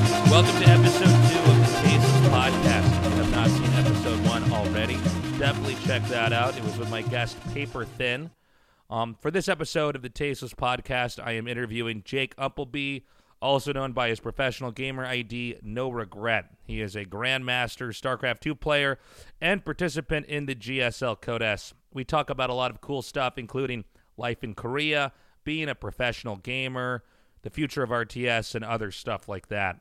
to episode two of the Cases podcast. If you have not seen episode one already, definitely check that out. It was with my guest, Paper Thin. Um, for this episode of the Tasteless Podcast, I am interviewing Jake Umpleby, also known by his professional gamer ID, No Regret. He is a Grandmaster StarCraft 2 player and participant in the GSL Codex. We talk about a lot of cool stuff, including life in Korea, being a professional gamer, the future of RTS, and other stuff like that.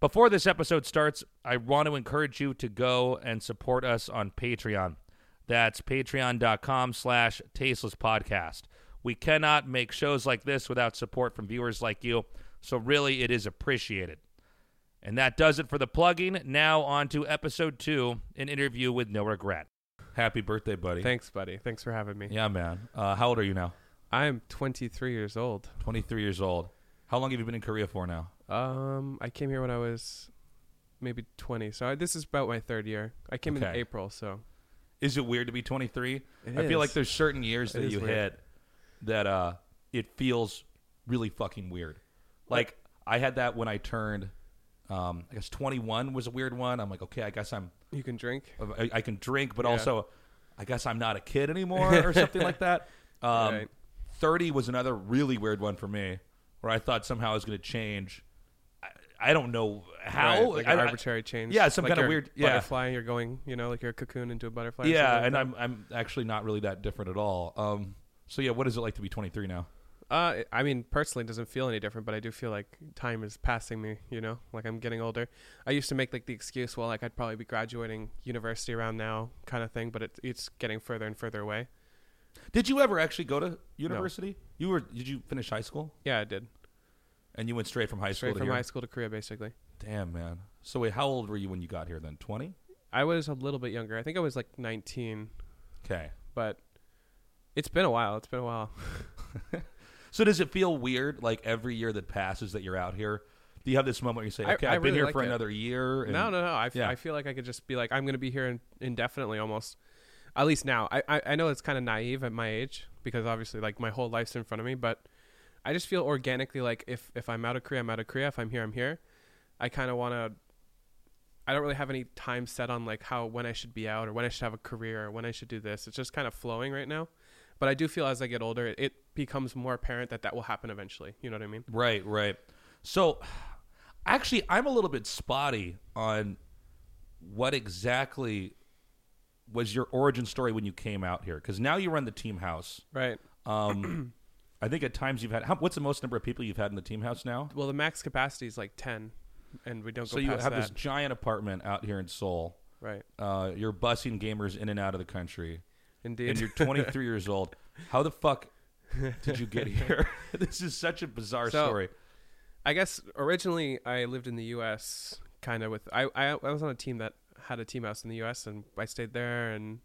Before this episode starts, I want to encourage you to go and support us on Patreon. That's patreon.com slash tasteless podcast. We cannot make shows like this without support from viewers like you, so really it is appreciated. And that does it for the plugging. Now on to episode two, an interview with no regret. Happy birthday, buddy. Thanks, buddy. Thanks for having me. yeah, man. Uh, how old are you now? I am 23 years old. 23 years old. How long have you been in Korea for now? Um, I came here when I was maybe 20, so I, this is about my third year. I came in Okay. April, so Is it weird to be 23? It I is. feel like there's certain years It that is you weird. hit that uh, it feels really fucking weird. Like I had that when I turned, um, I guess 21 was a weird one. I'm like, okay, I guess I'm, you can drink. I, I can drink, but Yeah. also, I guess I'm not a kid anymore or something like that. Um, Right. 30 was another really weird one for me, where I thought somehow I was going to change. I, I don't know how. Right, like I- an I- arbitrary change. Yeah, some Like kinda you're weird- yeah. butterfly. You're going, you know, like you're a cocoon into a butterfly. or yeah, something and like I'm I'm actually not really that different at all. Um, so yeah, what is it like to be 23 now? that. Uh, I mean, personally, it doesn't feel any different, but I do feel like time is passing me. You know, like I'm getting older. I used to make like the excuse, well, like I'd probably be graduating university around now, kind of thing. But it, it's getting further and further away. Did you ever actually go to university? You were did you finish high school Yeah, I did. and you went straight from high school Straight to from here? high school to Korea, basically. Damn man. So wait, how old were you when you got here then? 20? I was a little bit younger. I think I was like 19, Okay. but it's been a while. It's been a while. So does it feel weird like every year that passes that you're out here? Do you have this moment where you say, I- "Okay, I have been really here like for it. another year"? and- no, no, no. I, f- yeah. I feel like I could just be like, I'm going to be here in, indefinitely almost, at least now. I, I, I know it's kind of naive at my age because obviously like my whole life's in front of me, but I just feel organically like if, if I'm out of Korea, I'm out of Korea. If I'm here, I'm here. I kind of want to, I don't really have any time set on like how, when I should be out or when I should have a career or when I should do this. It's just kind of flowing right now. But I do feel as I get older, it, it becomes more apparent that that will happen eventually. You know what I mean? Right, right. So actually I'm a little bit spotty on what exactly was your origin story when you came out here cuz now you run the team house. Right. Um I think at times you've had how, what's the most number of people you've had in the team house now? Well, the max capacity is like 10 and we don't So go you past have that. this giant apartment out here in Seoul. right. Uh, you're busing gamers in and out of the country, Indeed. and you're 23 years old. How the fuck did you get here? this is such a bizarre So- story. I guess originally I lived in the U.S. kind of with I, I I was on a team that had a team house in the U.S. and I stayed there and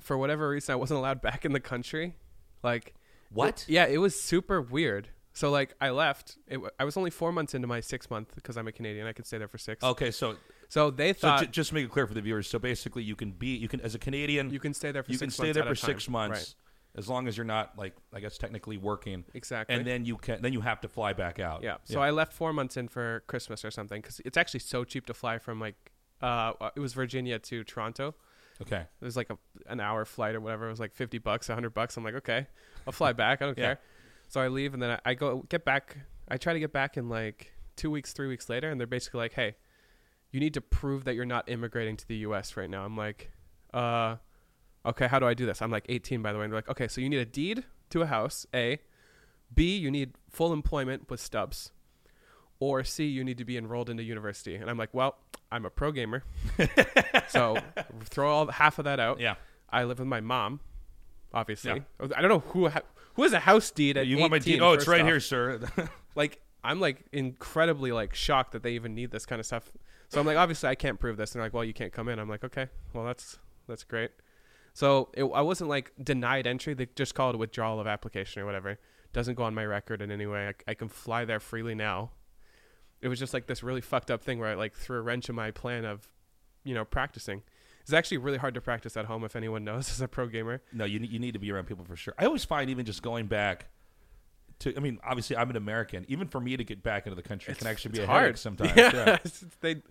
for whatever reason I wasn't allowed back in the country. Like What? yeah, it was super weird. So like I left. It, w- I was only four months into my six month because I'm a Canadian. I could stay there for six. Okay, so so they Oh. so thought ju- just to make it clear for the viewers. So basically, you can be you can as a Canadian, you can stay there for you six can stay months there at for a time. six months Right. as long as you're not like I guess technically working, Exactly. and then you can then you have to fly back out. Yeah. So I left four months in for Christmas or something because it's actually so cheap to fly from like uh it was Virginia to Toronto. okay. It was like a an hour flight or whatever. It was like fifty bucks, hundred bucks. I'm like, okay, I'll fly back. I don't Yeah. care. So I leave and then I, I go get back. I try to get back in like two weeks, three weeks later, and they're basically like, hey, you need to prove that you're not immigrating to the U.S. right now. I'm like, uh, okay, how do I do this? I'm like 18 by the way. And they're like, okay, so you need a deed to a house. A, B, you need full employment with stubs. Or C, you need to be enrolled into university. And I'm like, well, I'm a pro gamer. so throw all half of that out. Yeah. I live with my mom, obviously. I don't know who ha- who has a house deed at You want my 18, D? Oh, it's first right off. here, sir. Like I'm like incredibly like shocked that they even need this kind of stuff. So I'm like, obviously I can't prove this. And they're like, well, you can't come in. I'm like, okay, well that's that's great. So it, I wasn't like denied entry. They just call it a withdrawal of application or whatever. Doesn't go on my record in any way. I, I can fly there freely now. It was just like this really fucked up thing where I like threw a wrench in my plan of, you know, practicing. It's actually really hard to practice at home if anyone knows as a pro gamer. No, you ne- you need to be around people for sure. I always find even just going back to. I mean, obviously, I'm an American. Even for me to get back into the country can actually be it's a hard. headache sometimes. Yeah. yeah. It's- it's- they,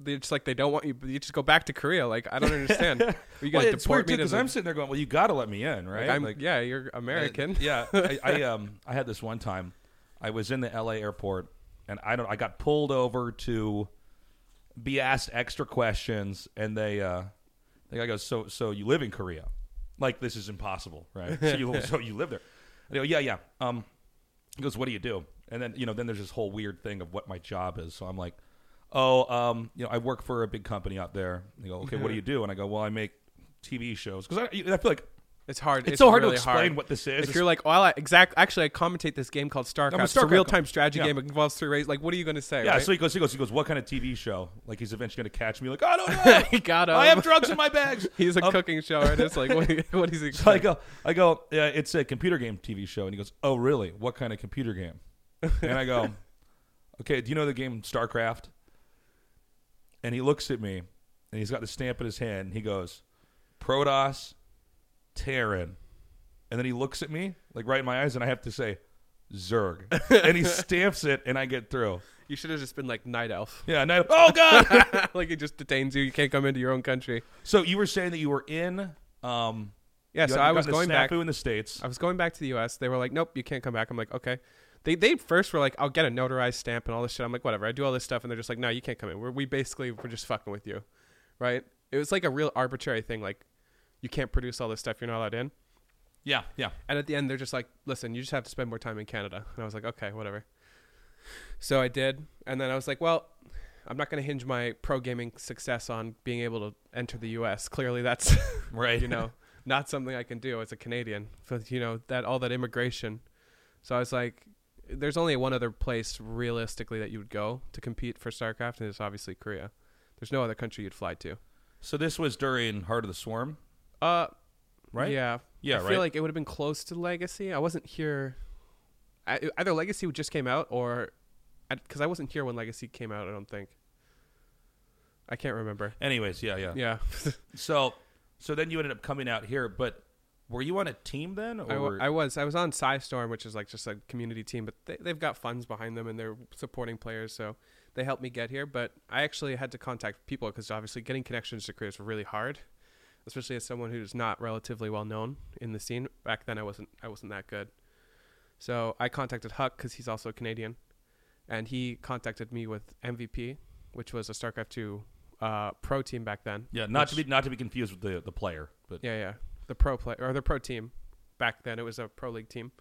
they're just like they don't want you. You just go back to Korea. Like I don't understand. Are you Well, gonna it's deport weird me to because the- I'm sitting there going, "Well, you got to let me in, right?" like, I'm, Like, yeah, you're American. Uh, yeah, I, I um I had this one time. I was in the L.A. airport, and I don't. I got pulled over to be asked extra questions, and they uh, the guy goes, "So so you live in Korea? Like this is impossible, right? So you so you live there?" I go, "Yeah, yeah." Um, he goes, "What do you do?" And then you know, then there's this whole weird thing of what my job is. So I'm like, "Oh, um, you know, I work for a big company out there." And they go, "Okay, what do you do?" And I go, "Well, I make TV shows because I, I feel like." It's hard. It's, so hard really to explain what this is. If you're like, well, I, exact. Actually, I commentate this game called StarCraft. a It's a StarCraft real time guy. strategy Yeah. game. It involves three races. Like, what are you gonna say? Yeah, right? so he goes, he goes, he goes. What kind of TV show? Like he's eventually going to catch me. Like I don't know. He got I him. have drugs in my bags. he's a Um, cooking show artist. Like, what, what is he? So I go, I go. Yeah, it's a computer game TV show, and he goes, Oh, really? What kind of computer game? And I go, Okay, do you know the game StarCraft? And he looks at me, and he's got the stamp in his hand. And he goes, Protoss, Terran, and then he looks at me like right in my eyes, and I have to say, Zerg, and he stamps it, and I get through. You should have just been like night elf. Yeah, and I, oh god. like he just detains you. You can't come into your own country. So you were saying that you were in. Um, Yeah, you so had I gotten was the going snafu back. in the states. I was going back to the U.S. They were like, "Nope, you can't come back." I'm like, "Okay." They they first were like, "I'll get a notarized stamp and all this shit." I'm like, "Whatever." I do all this stuff, and they're just like, "No, you can't come in. We're, we basically we're just fucking with you, right?" It was like a real arbitrary thing. Like, you can't produce all this stuff. You're not allowed in. Yeah, yeah. And at the end, they're just like, listen, you just have to spend more time in Canada. And I was like, okay, whatever. So I did. And then I was like, well, I'm not going to hinge my pro gaming success on being able to enter the U.S. Clearly, that's, Right. you know, not something I can do as a Canadian. So, you know, that all that immigration. So I was like, there's only one other place realistically that you would go to compete for StarCraft, and it's obviously Korea. There's no other country you'd fly to. So this was during Heart of the Swarm, Uh, right? Yeah. Yeah, I right? feel like it would have been close to Legacy. I wasn't here. I, either Legacy just came out or. Because I, wasn't here when Legacy came out, I don't think. I can't remember. Anyways, yeah, yeah, Yeah. So, so then you ended up coming out here, but were you on a team then? Or I, wa- were- I was. I was on Psystorm, which is like just a community team, but they, they've got funds behind them and they're supporting players, so they helped me get here. But I actually had to contact people because obviously getting connections to Korea is really hard, especially as someone who's not relatively well known in the scene. Back then, I wasn't. I wasn't that good, so I contacted Huck because he's also Canadian, and he contacted me with MVP, which was a StarCraft two uh, pro team back then. yeah, not to which- be not to be confused with the the player, but yeah, yeah. The pro play or the pro team. Back then, it was a pro league team,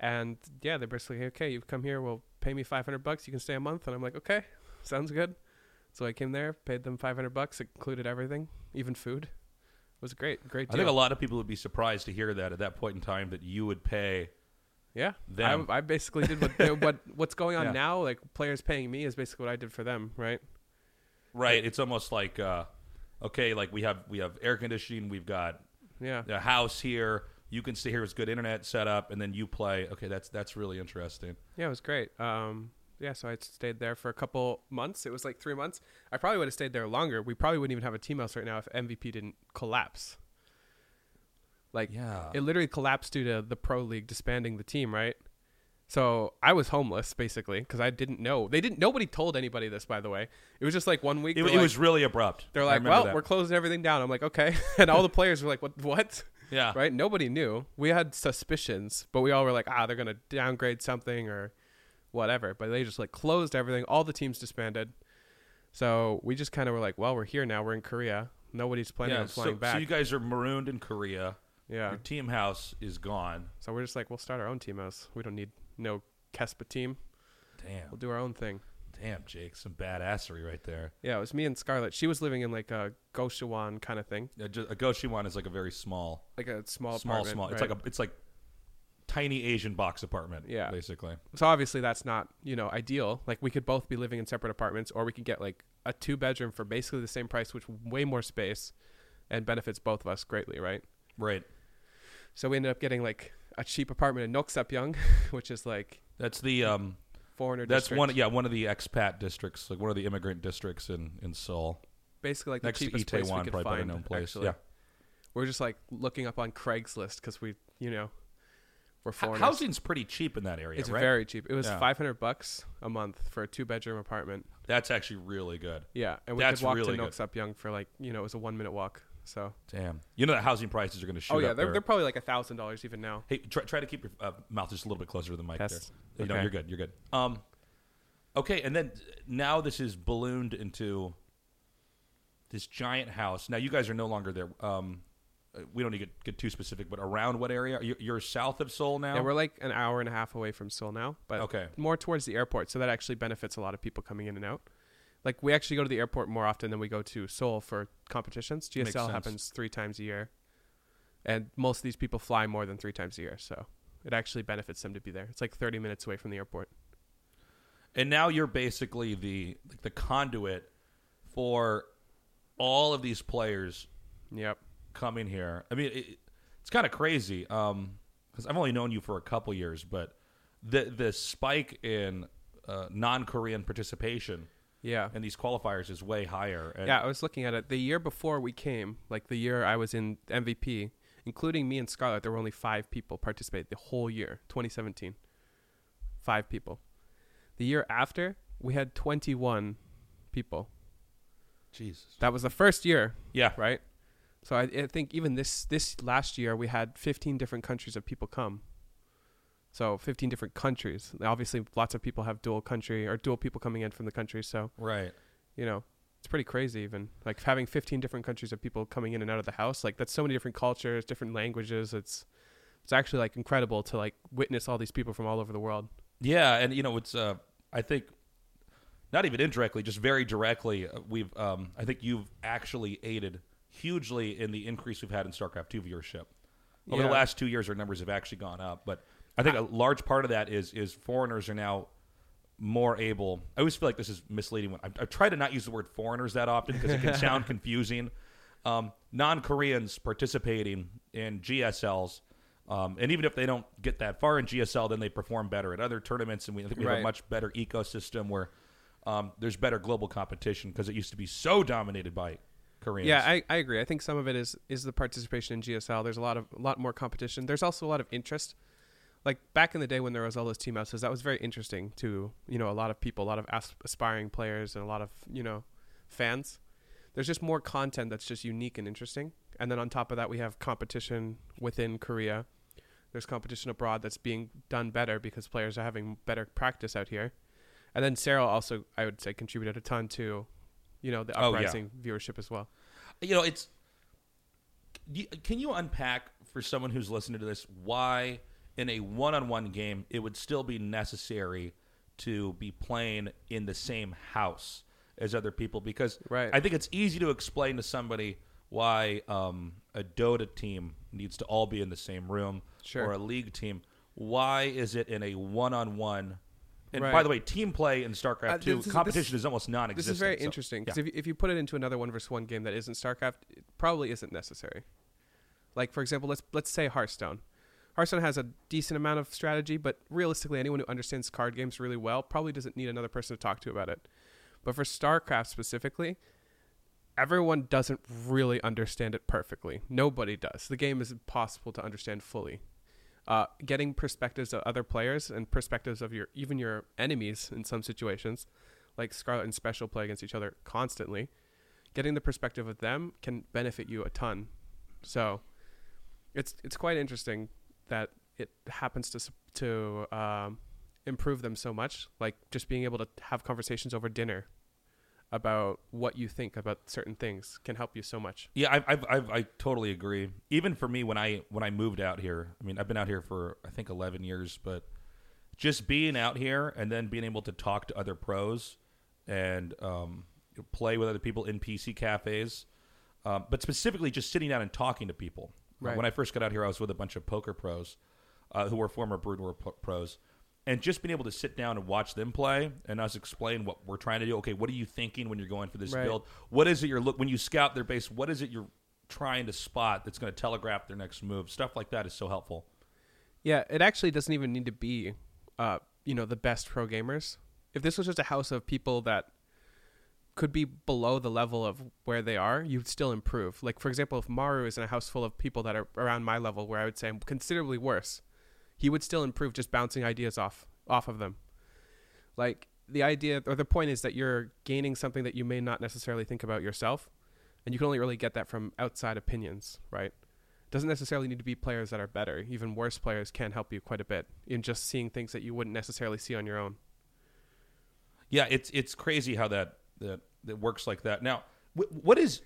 and yeah, they're basically okay. You've come here. Well, pay me five hundred bucks. You can stay a month. And I'm like, okay, sounds good. So I came there, paid them five hundred bucks, included everything, even food. It was great, great I deal. think a lot of people would be surprised to hear that at that point in time that you would pay. yeah, them. I, I basically did what, what what's going on Yeah. now. Like players paying me is basically what I did for them, right? Right. It's almost like, uh, okay, like we have we have air conditioning, we've got Yeah, a house here. You can stay here with good internet setup, and then you play. Okay, that's that's really interesting. Yeah, it was great. Um, yeah, so I stayed there for a couple months. It was like three months. I probably would have stayed there longer. We probably wouldn't even have a team house right now if MVP didn't collapse. Like, Yeah. it literally collapsed due to the pro league disbanding the team, right? So I was homeless basically because I didn't know. They didn't. Nobody told anybody this, by the way. It was just like one week. It, they're it like- was really abrupt. They're I like, remember well, that. we're closing everything down. I'm like, okay. And all the players were like, what? What? yeah, right? Nobody knew. We had suspicions, but we all were like, ah, they're gonna downgrade something or whatever. But they just like closed everything. All the teams disbanded. So we just kind of were like, well, we're here now. We're in Korea. Nobody's planning Yeah, on so, flying so back. you guys are marooned in Korea. yeah. Your team house is gone. So we're just like, we'll start our own team house. We don't need no Kespa team. We'll Damn, do our own thing. damn, Jake, some badassery right there. Yeah, it was me and Scarlett. She was living in like a Goshawan kind of thing, A, a Goshiwan is like a very small, like a small, small, apartment, small. It's right? like a, it's like tiny Asian box apartment. Yeah. basically. so obviously that's not you know ideal like we could both be living in separate apartments or we could get like a two bedroom for basically the same price which way more space and benefits both of us greatly right Right. so we ended up getting like a cheap apartment in Noksapyong, which is like That's the um. foreigner That's district. one. Yeah, one of the expat districts, like one of the immigrant districts in in Seoul, basically like next the to cheapest place we Itaewon, could probably better find known place. actually. Yeah. we're just like looking up on Craigslist because we you know We're foreigners. Housing's pretty cheap in that area, it's right? very cheap. It was Yeah. 500 bucks a month for a two bedroom apartment. That's actually really good. Yeah, and we That's could walk really to good. Nooks Up Young for like you know it was a one minute walk. So Damn. You know that housing prices are going to shoot oh yeah, up they're, there. they're probably like a thousand dollars even now. Hey, try, try to keep your uh, mouth just a little bit closer to the mic. Test. There. You know, Okay. you're good. You're good. Um, okay, and then uh, now this is ballooned into this giant house. Now you guys are no longer there. Um, uh, we don't need to get, get too specific, but around what area? You're, you're south of Seoul now. Yeah, we're like an hour and a half away from Seoul now, but Okay. more towards the airport. So that actually benefits a lot of people coming in and out. Like we actually go to the airport more often than we go to Seoul for competitions. Makes GSL sense. happens three times a year, and most of these people fly more than three times a year, so it actually benefits them to be there. It's like thirty minutes away from the airport. and now you're basically the like the conduit for all of these players Yep. coming here. I mean, it, it's kind of crazy Um 'cause I've only known you for a couple years, but the the spike in uh, non Korean participation Yeah. in these qualifiers is way higher. And Yeah, I was looking at it. The year before we came, like the year I was in MVP, including me and Scarlett, there were only five people participate the whole year, 2017. Five people. The year after, we had 21 people. Jesus. That was the first year, Yeah, right? So I, I think even this this last year, we had 15 different countries of people come. So 15 different countries. Obviously, lots of people have dual country or dual people coming in from the country. So right. you know, it's pretty crazy even. Like having 15 different countries of people coming in and out of the house, like that's so many different cultures, different languages. It's it's actually like incredible to like witness all these people from all over the world. Yeah, and you know, it's uh, I think not even indirectly, just very directly. uh, We've um, I think you've actually aided hugely in the increase we've had in StarCraft two viewership. Over the Yeah. last two years, our numbers have actually gone up, but I think a large part of that is is foreigners are now more able. I always feel like this is misleading. When I, I try to not use the word foreigners that often because it can sound confusing. Um, non Koreans participating in GSLs, um, and even if they don't get that far in GSL, then they perform better at other tournaments, and we, I think we have a Right. much better ecosystem where um, there's better global competition because it used to be so dominated by Koreans. Yeah, I, I agree. I think some of it is is the participation in GSL. There's a lot of a lot more competition. There's also a lot of interest. Like back in the day when there was all those team houses, that was very interesting to you know a lot of people, a lot of as- aspiring players, and a lot of you know fans. There's just more content that's just unique and interesting. And then on top of that, we have competition within Korea. There's competition abroad that's being done better because players are having better practice out here. And then Sarah also, I would say, contributed a ton to, you know, the Oh, yeah. uprising viewership as well. you know it's you- can you unpack for someone who's listening to this why in a one-on-one game it would still be necessary to be playing in the same house as other people because Right. i think it's easy to explain to somebody why um, a dota team needs to all be in the same room Sure. or a league team why is it in a one-on-one and by Right. the way team play in starcraft Uh, 2 this is- competition this- is almost This non-existent is very so- interesting yeah. because if, if you put it into another one versus one game that isn't StarCraft, it probably isn't necessary. Like for example, let's let's say Hearthstone. Hearthstone has a decent amount of strategy, but realistically, anyone who understands card games really well probably doesn't need another person to talk to about it. But for StarCraft specifically, everyone doesn't really understand it perfectly. Nobody does. The game is impossible to understand fully. Uh, getting perspectives of other players and perspectives of your even your enemies in some situations, like Scarlet and Special play against each other constantly. Getting the perspective of them can benefit you a ton. So, it's it's quite interesting that it happens to s- to um, improve them so much. Like just being able to have conversations over dinner about what you think about certain things can help you so much. Yeah, I, I've, I've, I totally agree. Even for me, when I when I moved out here, I mean, I've been out here for I think eleven years, but just being out here and then being able to talk to other pros and um, play with other people in PC cafes, um, but specifically just sitting down and talking to people. Right. When I first got out here, I was with a bunch of poker pros uh, who were former Brood War pro- pros, and just being able to sit down and watch them play and us explain what we're trying to do. Okay, what are you thinking when you're going for this Right. build? What is it you're look when you scout their base? What is it you're trying to spot that's going to telegraph their next move? Stuff like that is so helpful. Yeah, it actually doesn't even need to be, uh, you know, the best pro gamers. If this was just a house of people that could be below the level of where they are, you'd still improve. Like for example, if Maru is in a house full of people that are around my level, where I would say I'm considerably worse, he would still improve just bouncing ideas off off of them. Like the idea or the point is that you're gaining something that you may not necessarily think about yourself, and you can only really get that from outside opinions, right? Doesn't necessarily need to be players that are better. Even worse players can help you quite a bit in just seeing things that you wouldn't necessarily see on your own. Yeah, it's it's crazy how that that, that works like that. Now, wh- what is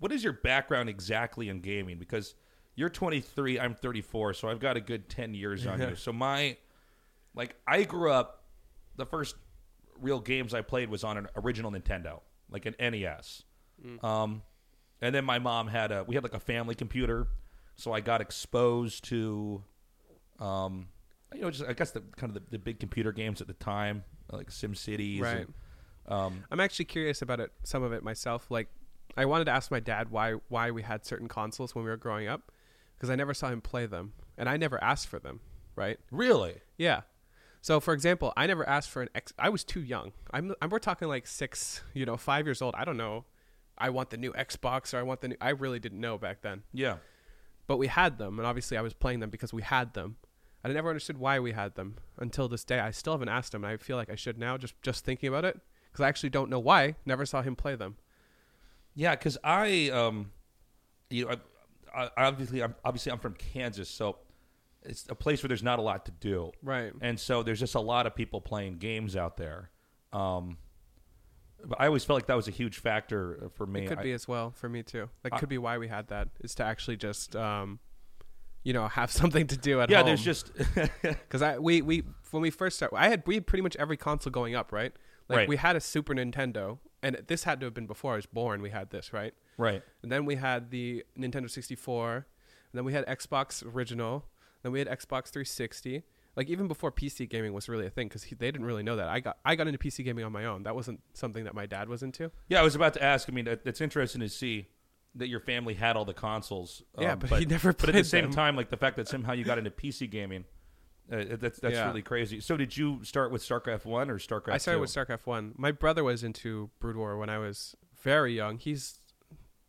what is your background exactly in gaming? Because you're 23, I'm 34, so I've got a good 10 years on you. So my like I grew up the first real games I played was on an original Nintendo, like an NES. Um, and then my mom had a we had like a family computer, so I got exposed to um, you know, just I guess the kind of the, the big computer games at the time, like Sim Cities. Right. and, um, I'm actually curious about it, some of it myself. Like, I wanted to ask my dad why why we had certain consoles when we were growing up, because I never saw him play them, and I never asked for them. Right? really? Yeah. So, for example, I never asked for an X. I was too young. I'm, I'm we're talking like six, you know, five years old. I don't know. I want the new Xbox or I want the new. I really didn't know back then, Yeah. but we had them, and obviously I was playing them because we had them. I never understood why we had them until this day. I still haven't asked him, and I feel like I should now, just just thinking about it, because I actually don't know why. Never saw him play them. Yeah, because I, um, you know, I, I, obviously, I'm obviously I'm from Kansas, so it's a place where there's not a lot to do, Right. and so there's just a lot of people playing games out there. Um, but I always felt like that was a huge factor uh, for me. It could I- be as well for me too. That I- could be why we had that is to actually just, um, you know, have something to do at yeah, home. there's just because I we we when we first started, I had we had pretty much every console going up, right? Like Right. we had a Super Nintendo, and this had to have been before I was born. We had this, right? right. And then we had the Nintendo 64, and then we had Xbox Original, then we had Xbox 360. Like even before PC gaming was really a thing, because they didn't really know that. I got I got into PC gaming on my own. That wasn't something that my dad was into. Yeah, I was about to ask. I mean, it- it's interesting to see that your family had all the consoles. uh, Yeah, but he never But at the played same them. time, like the fact that somehow you got into PC gaming, uh, that's that's Yeah. really crazy. So, did you start with StarCraft One or StarCraft? I started 2? with StarCraft One. My brother was into Brood War when I was very young. He's,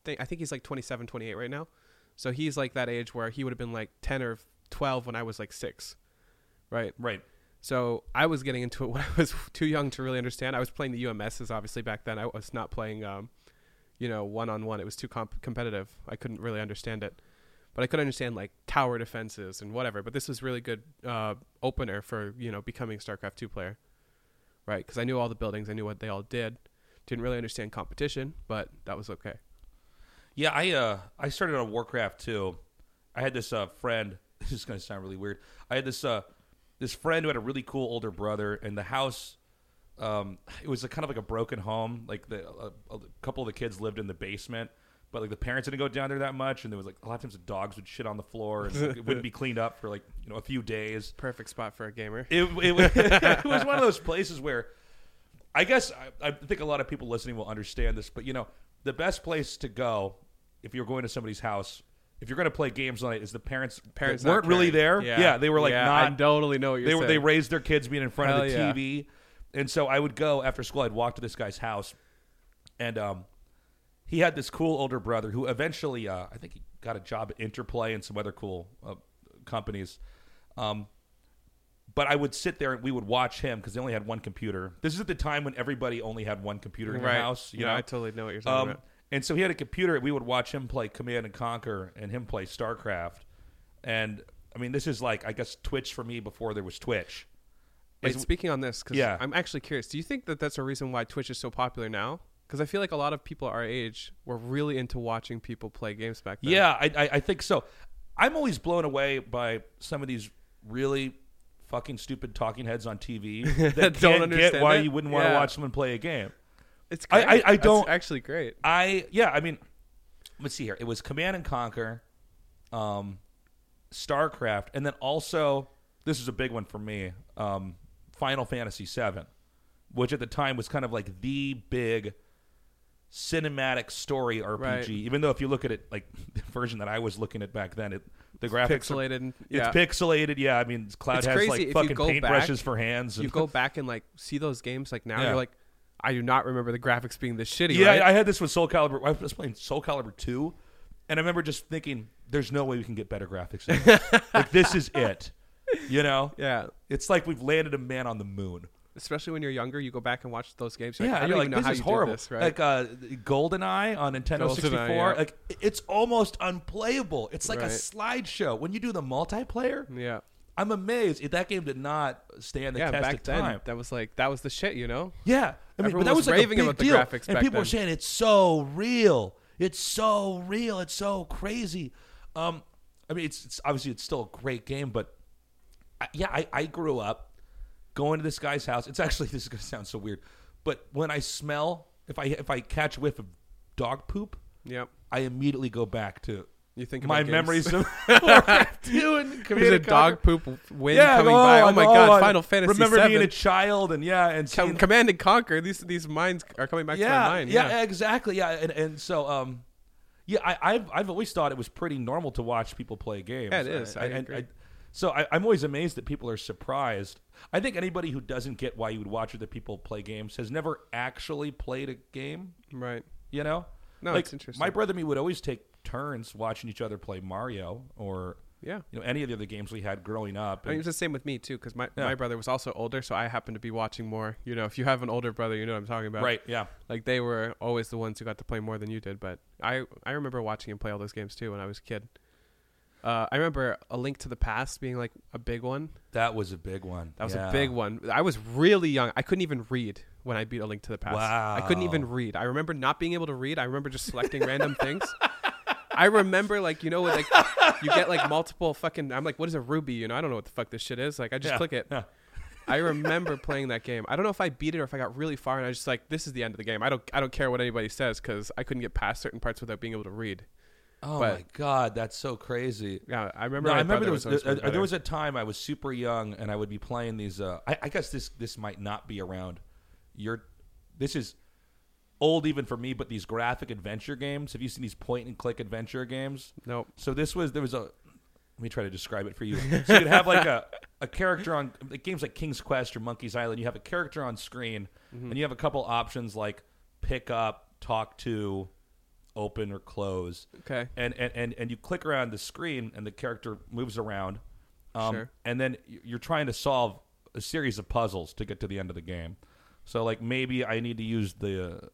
th- I think he's like 27, 28 right now, so he's like that age where he would have been like ten or twelve when I was like six, right? right. So I was getting into it when I was too young to really understand. I was playing the UMSs obviously back then. I was not playing, um, you know, one on one. It was too comp- competitive. I couldn't really understand it, but I could understand like tower defenses and whatever. But this was really good uh, opener for you know becoming a StarCraft two player, right? Because I knew all the buildings. I knew what they all did. Didn't really understand competition, but that was okay. Yeah, I uh I started on Warcraft too. I had this uh friend. This is gonna sound really weird. I had this uh this friend who had a really cool older brother, and the house. Um, it was a kind of like a broken home. Like the a, a couple of the kids lived in the basement, but like the parents didn't go down there that much, and there was like a lot of times the dogs would shit on the floor and like, it wouldn't be cleaned up for like you know a few days. Perfect spot for a gamer. It, it, was- it was one of those places where I guess I, I think a lot of people listening will understand this, but you know, the best place to go if you're going to somebody's house, if you're going to play games all night, is the parents. Parents that weren't not really there. caring. Yeah. they were like Yeah, I not. totally know what you're They were. saying. They raised their kids being in front Hell of the yeah. TV, and so I would go after school. I'd walk to this guy's house, and um, he had this cool older brother who eventually, uh, I think he got a job at Interplay and some other cool uh, companies. Um, but I would sit there and we would watch him because they only had one computer. This is at the time when everybody only had one computer in their right. house. You yeah, know, I totally know what you're talking um, about. and so he had a computer. We would watch him play Command and Conquer and him play StarCraft. And I mean, this is like I guess Twitch for me before there was Twitch. Wait, Is- speaking on this, because Yeah. I'm actually curious. Do you think that that's a reason why Twitch is so popular now? Because I feel like a lot of people our age were really into watching people play games back then. Yeah, I, I, I think so. I'm always blown away by some of these really fucking stupid talking heads on TV that Don't can't get understand why it? you wouldn't want to Yeah. watch someone play a game. it's I- great. I- I That's don't- actually great. I yeah, I mean, let's see here. It was Command and Conquer, um, StarCraft, and then also this is a big one for me. Um, Final Fantasy VII, which at the time was kind of like the big cinematic story RPG. Right. Even though if you look at it like the version that I was looking at back then, it the graphics are- Pixelated. and- It's yeah. pixelated, yeah. I mean, Cloud It's has crazy if like you fucking go paintbrushes back, for hands. And you go back and like see those games like now. Yeah. You're like, I do not remember the graphics being this shitty. Yeah, right? I I had this with Soul Calibur. I was playing Soul Calibur 2, and I remember just thinking, there's no way we can get better graphics. Than this. like, this is it. You know, Yeah. it's like we've landed a man on the moon. Especially when you're younger, you go back and watch those games. You're Yeah, like, I and don't you're like even know this how is you horrible. did this, right? Like uh, GoldenEye on Nintendo GoldenEye, 64, yeah. like it's almost unplayable. It's like a Right. slideshow. When you do the multiplayer, yeah. I'm amazed that game did not stand the Yeah, test back of then, time. that was like that was the shit, you know. Yeah, I mean, but Everyone that was, was like raving a big about the deal, graphics and back people were then. saying it's so real, it's so real, it's so crazy. Um, I mean, it's, it's obviously it's still a great game, but I, yeah, I, I grew up going to this guy's house. It's actually this is gonna sound so weird, but when I smell, if I if I catch a whiff of dog poop, Yep. I immediately go back to You think my about games. memories of doing There's a dog poop wind coming oh, by. Oh I'm- my god, I Final Fantasy Remember VII. being a child and yeah, and Com- seeing- Command and Conquer. These these minds are coming back to my mind. Yeah. yeah, eh. exactly. Yeah, and, and so um, yeah, I, I've I've always thought it was pretty normal to watch people play games. Yeah, it is. I and- agree. so I, I'm always amazed that people are surprised. I think anybody who doesn't get why you would watch other people play games has never actually played a game. Right. You know, No, like, it's interesting. My brother and me would always take turns watching each other play Mario or Yeah. Oh, you know any of the other games we had growing up. I mean, it And- was the same with me too, because my, Yeah. my brother was also older, so I happened to be watching more. You know, if you have an older brother, you know what I'm talking about, right? Yeah. Like they were always the ones who got to play more than you did. But I I remember watching him play all those games too when I was a kid. Uh, I remember A Link to the Past being like a big one. That was a big one. That was Yeah. a big one. I was really young. I couldn't even read when I beat A Link to the Past. I couldn't Wow. even read. I remember not being able to read. I remember just selecting random things. I remember like you know like you get like multiple fucking I'm like what is a ruby you know I don't know what the fuck this shit is like I just Yeah. click it. Yeah. I remember playing that game. I don't know if I beat it or if I got really far and I was just like this is the end of the game. I don't I don't care what anybody says cuz I couldn't get past certain parts without being able to read. Oh But- my god, that's so crazy. Yeah, I remember No, my I remember brother there was, uh, always my there, brother. there was a time I was super young and I would be playing these. Uh, I, I guess this this might not be around. Your this is old even for me, but these graphic adventure games. Have you seen these point and click adventure games? Nope. So this was there was a. Let me try to describe it for you. So you could have like a, a character on like games like King's Quest or Monkey's Island. You have a character on screen, and you have a couple options like pick up, talk to, open or close. Okay. And and and, and you click around the screen, and the character moves around. Um, Sure. And then y- you're trying to solve a series of puzzles to get to the end of the game. So like maybe I need to use the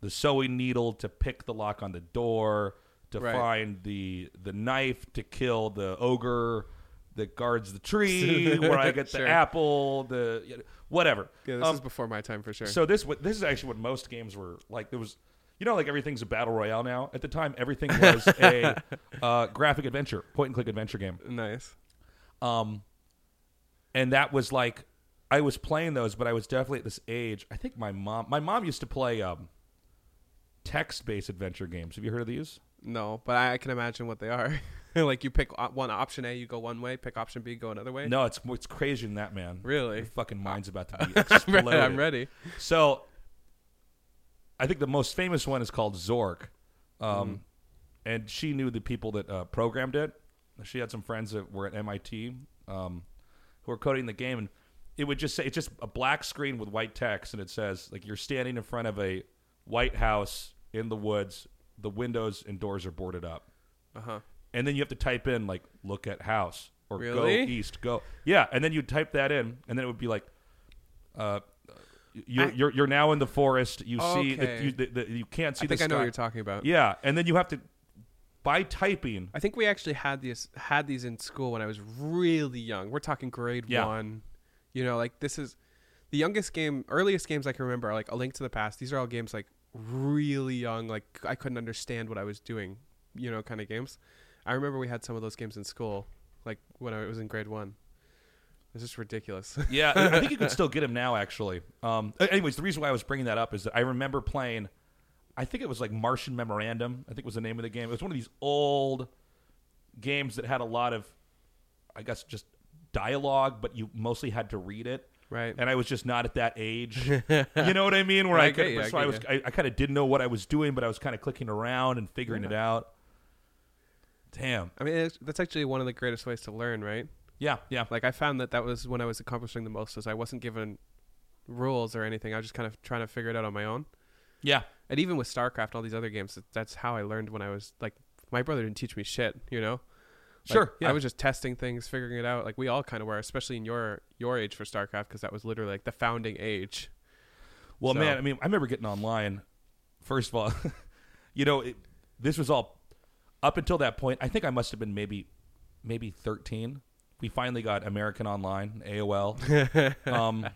the sewing needle to pick the lock on the door to Right. find the the knife to kill the ogre that guards the tree where I get the Sure. apple the you know, whatever. Yeah, this Um, is before my time for sure. so this wa- this is actually what most games were like. There was, you know, like everything's a battle royale now. At the time, everything was a uh, graphic adventure, point and click adventure game. nice. Um, and that was like, I was playing those, but I was definitely at this age. I think my mom, my mom used to play um, text based adventure games. Have you heard of these? No, but I I can imagine what they are. like you pick o- one option A, you go one way. Pick option B, go another way. No, it's more- it's crazier than that, man. Really? Your fucking mind's about to be exploded. I'm ready. I'm ready. So, I think the most famous one is called Zork, um, and she knew the people that uh, programmed it. She had some friends that were at MIT um, who were coding the game, and it would just say it's just a black screen with white text, and it says like you're standing in front of a White House in the woods. The windows and doors are boarded up, Uh huh. and then you have to type in like "look at house" or "go Really? east." Go yeah, and then you type that in, and then it would be like. Uh, you're, I- you're you're now in the forest. You see that Okay. you the, the, you can't see I think the I know sky. what you're talking about. Yeah, and then you have to by typing. I think we actually had these had these in school when I was really young. We're talking grade Yeah. one. You know, like this is the youngest game, earliest games I can remember are like A Link to the Past. These are all games like really young. Like I couldn't understand what I was doing. You know, kind of games. I remember we had some of those games in school, like when I was in grade one. It's just ridiculous. Yeah, I think you could still get him now. Actually, um, a- anyways, the reason why I was bringing that up is that I remember playing. I think it was like Martian Memorandum. I think was the name of the game. It was one of these old games that had a lot of, I guess, just dialogue, but you mostly had to read it. Right. And I was just not at that age. you know what I mean? Where I, I get could, you, I so I get was, you. I, I kind of didn't know what I was doing, but I was kind of clicking around and figuring it out. Damn. I mean, it's, that's actually one of the greatest ways to learn, right? Yeah. Yeah. Like I found that that was when I was accomplishing the most, is I wasn't given rules or anything. I was just kind of trying to figure it out on my own. Yeah. And even with StarCraft, all these other games, that- that's how I learned when I was like, my brother didn't teach me shit, you know. Like, Sure, yeah. I was just testing things, figuring it out. Like we all kind of were, especially in your your age for StarCraft, because that was literally like the founding age. Well, So- man, I mean, I remember getting online. First of all, you know, it, this was all up until that point. I think I must have been maybe, maybe thirteen. We finally got American Online AOL, um,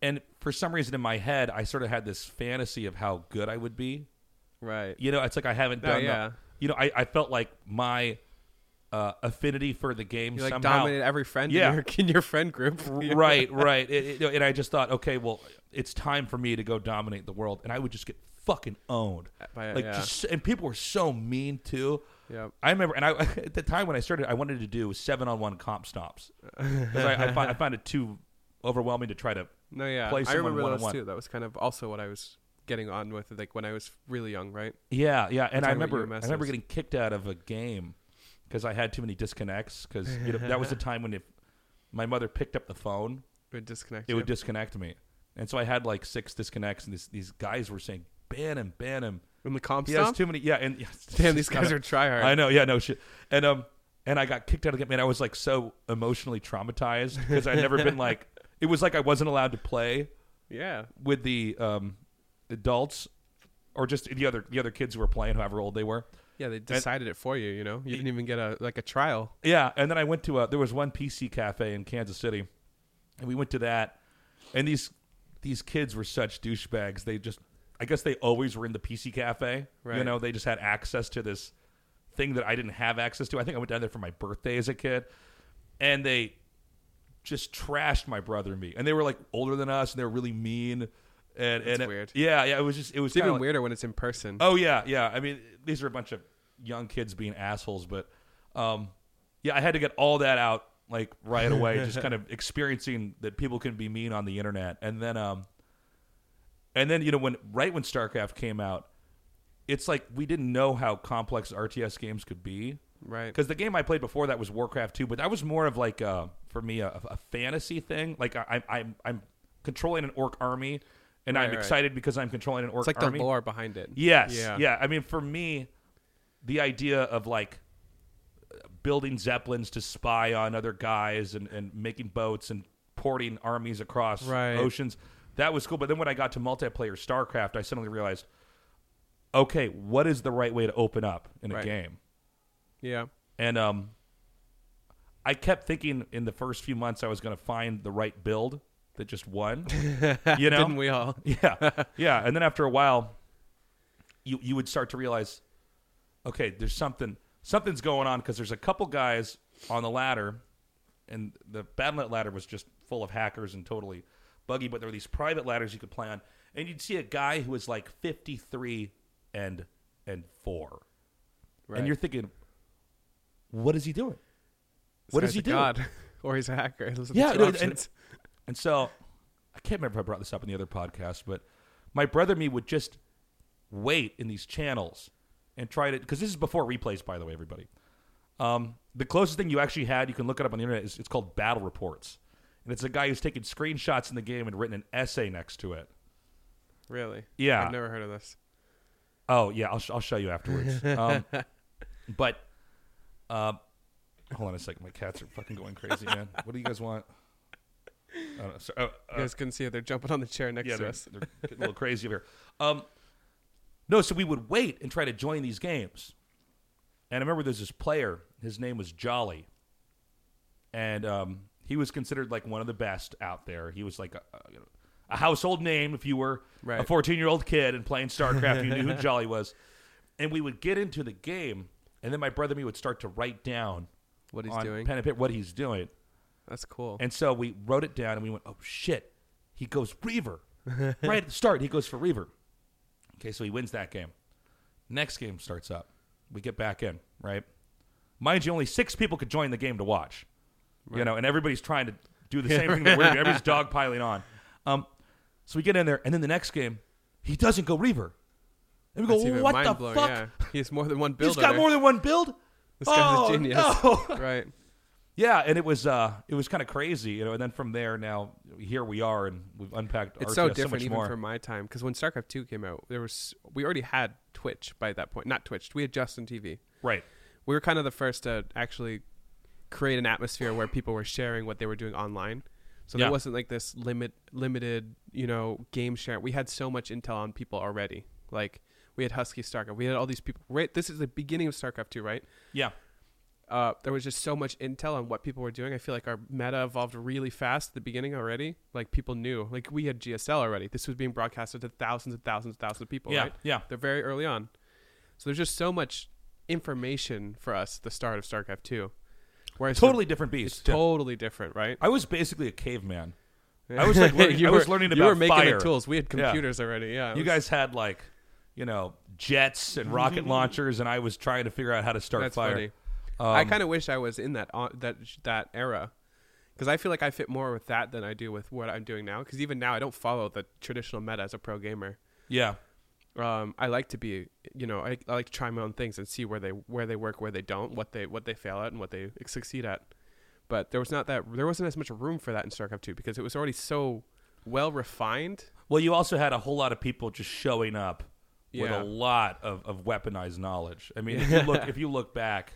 and for some reason in my head, I sort of had this fantasy of how good I would be. Right. You know, it's like I haven't No, done. the- Oh, yeah. you know, I, I felt like my uh, affinity for the game You like somehow dominated every friend Yeah. in, your, in your friend group. right, right. It- it- and I just thought, okay, well, it's time for me to go dominate the world, and I would just get fucking owned. By- like, yeah. just, and people were so mean too. Yep. I remember, and I at the time when I started, I wanted to do seven on one comp stops because I, I, find, I found it too overwhelming to try to. No, yeah. Play I someone remember those one-on-one. too. That was kind of also what I was getting on with, like when I was really young, right? Yeah, yeah. And I talking about remember, I UMSs. remember getting kicked out of a game because I had too many disconnects. Because you know, that was the time when if my mother picked up the phone It would disconnect. it would you. disconnect me. And so I had like six disconnects, and these these guys were saying, "Ban him, ban him." When the comp He has stopped. too many. Yeah, and Damn, these guys are tryhard. I know. Yeah, no shit. And um, and I got kicked out of the game, and I was like so emotionally traumatized because I'd never been like. It was like I wasn't allowed to play Yeah. with the um, adults, or just the other the other kids who were playing, however old they were. Yeah, they decided it for you. You know, you didn't even get a like a trial. Yeah, and then I went to a there was one PC cafe in Kansas City, and we went to that, and these these kids were such douchebags. They just I guess they always were in the PC cafe. You Right. know, they just had access to this thing that I didn't have access to. I think I went down there for my birthday as a kid, and they just trashed my brother and me. And they were like older than us, and they were really mean. And and it- weird. yeah, yeah, it was just it was It's even kinda like- weirder when it's in person. Oh yeah, yeah. I mean, these are a bunch of young kids being assholes, but um, yeah, I had to get all that out like right away, just kind of experiencing that people can be mean on the internet, and then um, and then you know when right when StarCraft came out, it's like we didn't know how complex RTS games could be. Right. Because the game I played before that was Warcraft 2, but that was more of like uh for me a, a fantasy thing. Like I, I'm I'm I'm controlling an orc army, and Right, I'm right. excited because I'm controlling an orc It's like army. the lore behind it. Yes. Yeah. Yeah. I mean, for me, the idea of like building zeppelins to spy on other guys and, and making boats and porting armies across Right. oceans, that was cool. But then when I got to multiplayer StarCraft, I suddenly realized, okay, what is the right way to open up in a Right. game? Yeah. And um, I kept thinking in the first few months I was going to find the right build that just won. you know, Didn't we all? yeah, yeah. And then after a while, you you would start to realize, okay, there's something something's going on because there's a couple guys on the ladder, and the Battle.net ladder was just full of hackers and totally buggy. But there were these private ladders you could play on, and you'd see a guy who was like 53 and and four, Right. and you're thinking, what is he doing? what does This guy's he a do? God, or he's a hacker. Those are the Yeah, two no, and- options. And so I can't remember if I brought this up in the other podcast, but my brother and me would just wait in these channels and try to because this is before replays, by the way, everybody. Um, the closest thing you actually had, you can look it up on the internet, is it's called battle reports. And it's a guy who's taken screenshots in the game and written an essay next to it. really? Yeah. I've never heard of this. Oh yeah, I'll, sh- I'll show you afterwards. Um, but um, hold on a second, my cats are fucking going crazy, man. What do you guys want? I don't know. So, oh, You guys couldn't see it. They're jumping on the chair next yeah, to they're, us. they're getting a little crazy over here. Um, no, so we would wait and try to join these games. And I remember there's this player. His name was Jolly, and um, he was considered like one of the best out there. He was like a, a, you know, a household name if you were a Right. 14 year old kid and playing StarCraft. you knew who Jolly was. And we would get into the game, and then my brother and me would start to write down What he's on doing. pen and paper what he's doing. That's cool. And so we wrote it down and we went, oh shit, he goes Reaver. right at the start, he goes for Reaver. Okay, so he wins that game. Next game starts up. We get back in, right? Mind you, only six people could join the game to watch. You know, and everybody's trying to do the same thing that we're doing. Everybody's dogpiling on. Um, so we get in there, and then the next game, he doesn't go Reaver. And we That's go, even what the mind-blowing, fuck? Yeah. He has more than one He's builder. got more than one build? This guy's a Oh, genius. no. right. Yeah, and it was uh, it was kind of crazy, you know. And then from there, now here we are, and we've unpacked. It's RTS so so different much even more. from my time because when StarCraft two came out, there was we already had Twitch by that point. Not Twitch. We had Justin TV. right. we were kind of the first to actually create an atmosphere where people were sharing what they were doing online. So Yeah. there wasn't like this limit limited, you know, game share. We had so much intel on people already. Like we had Husky StarCraft. We had all these people. Right, this is the beginning of StarCraft 2, right? Yeah. Uh, there was just so much intel on what people were doing. I feel like our meta evolved really fast at the beginning already. Like people knew. Like we had GSL already. This was being broadcasted to thousands and thousands and thousands of people, yeah. right? Yeah. They're very early on. So there's just so much information for us at the start of StarCraft 2. Whereas Totally different it's beast. totally different, right? I was basically a caveman. I was like learning, you I were, was learning you were about making fire. the tools. We had Yeah. computers already. Yeah. it You was- guys had like, you know, jets and rocket launchers, and I was trying to figure out how to start That's fire. Um, funny. I kind of wish I was in that on that that era because I feel like I fit more with that than I do with what I'm doing now. Because even now, I don't follow the traditional meta as a pro gamer. Yeah. Um, I like to be, you know, I, I like to try my own things and see where they where they work, where they don't, what they what they fail at, and what they succeed at. But there was not that there wasn't as much room for that in StarCraft 2 because it was already so well refined. Well, you also had a whole lot of people just showing up with Yeah. a lot of, of weaponized knowledge. I mean, if you look if you look back,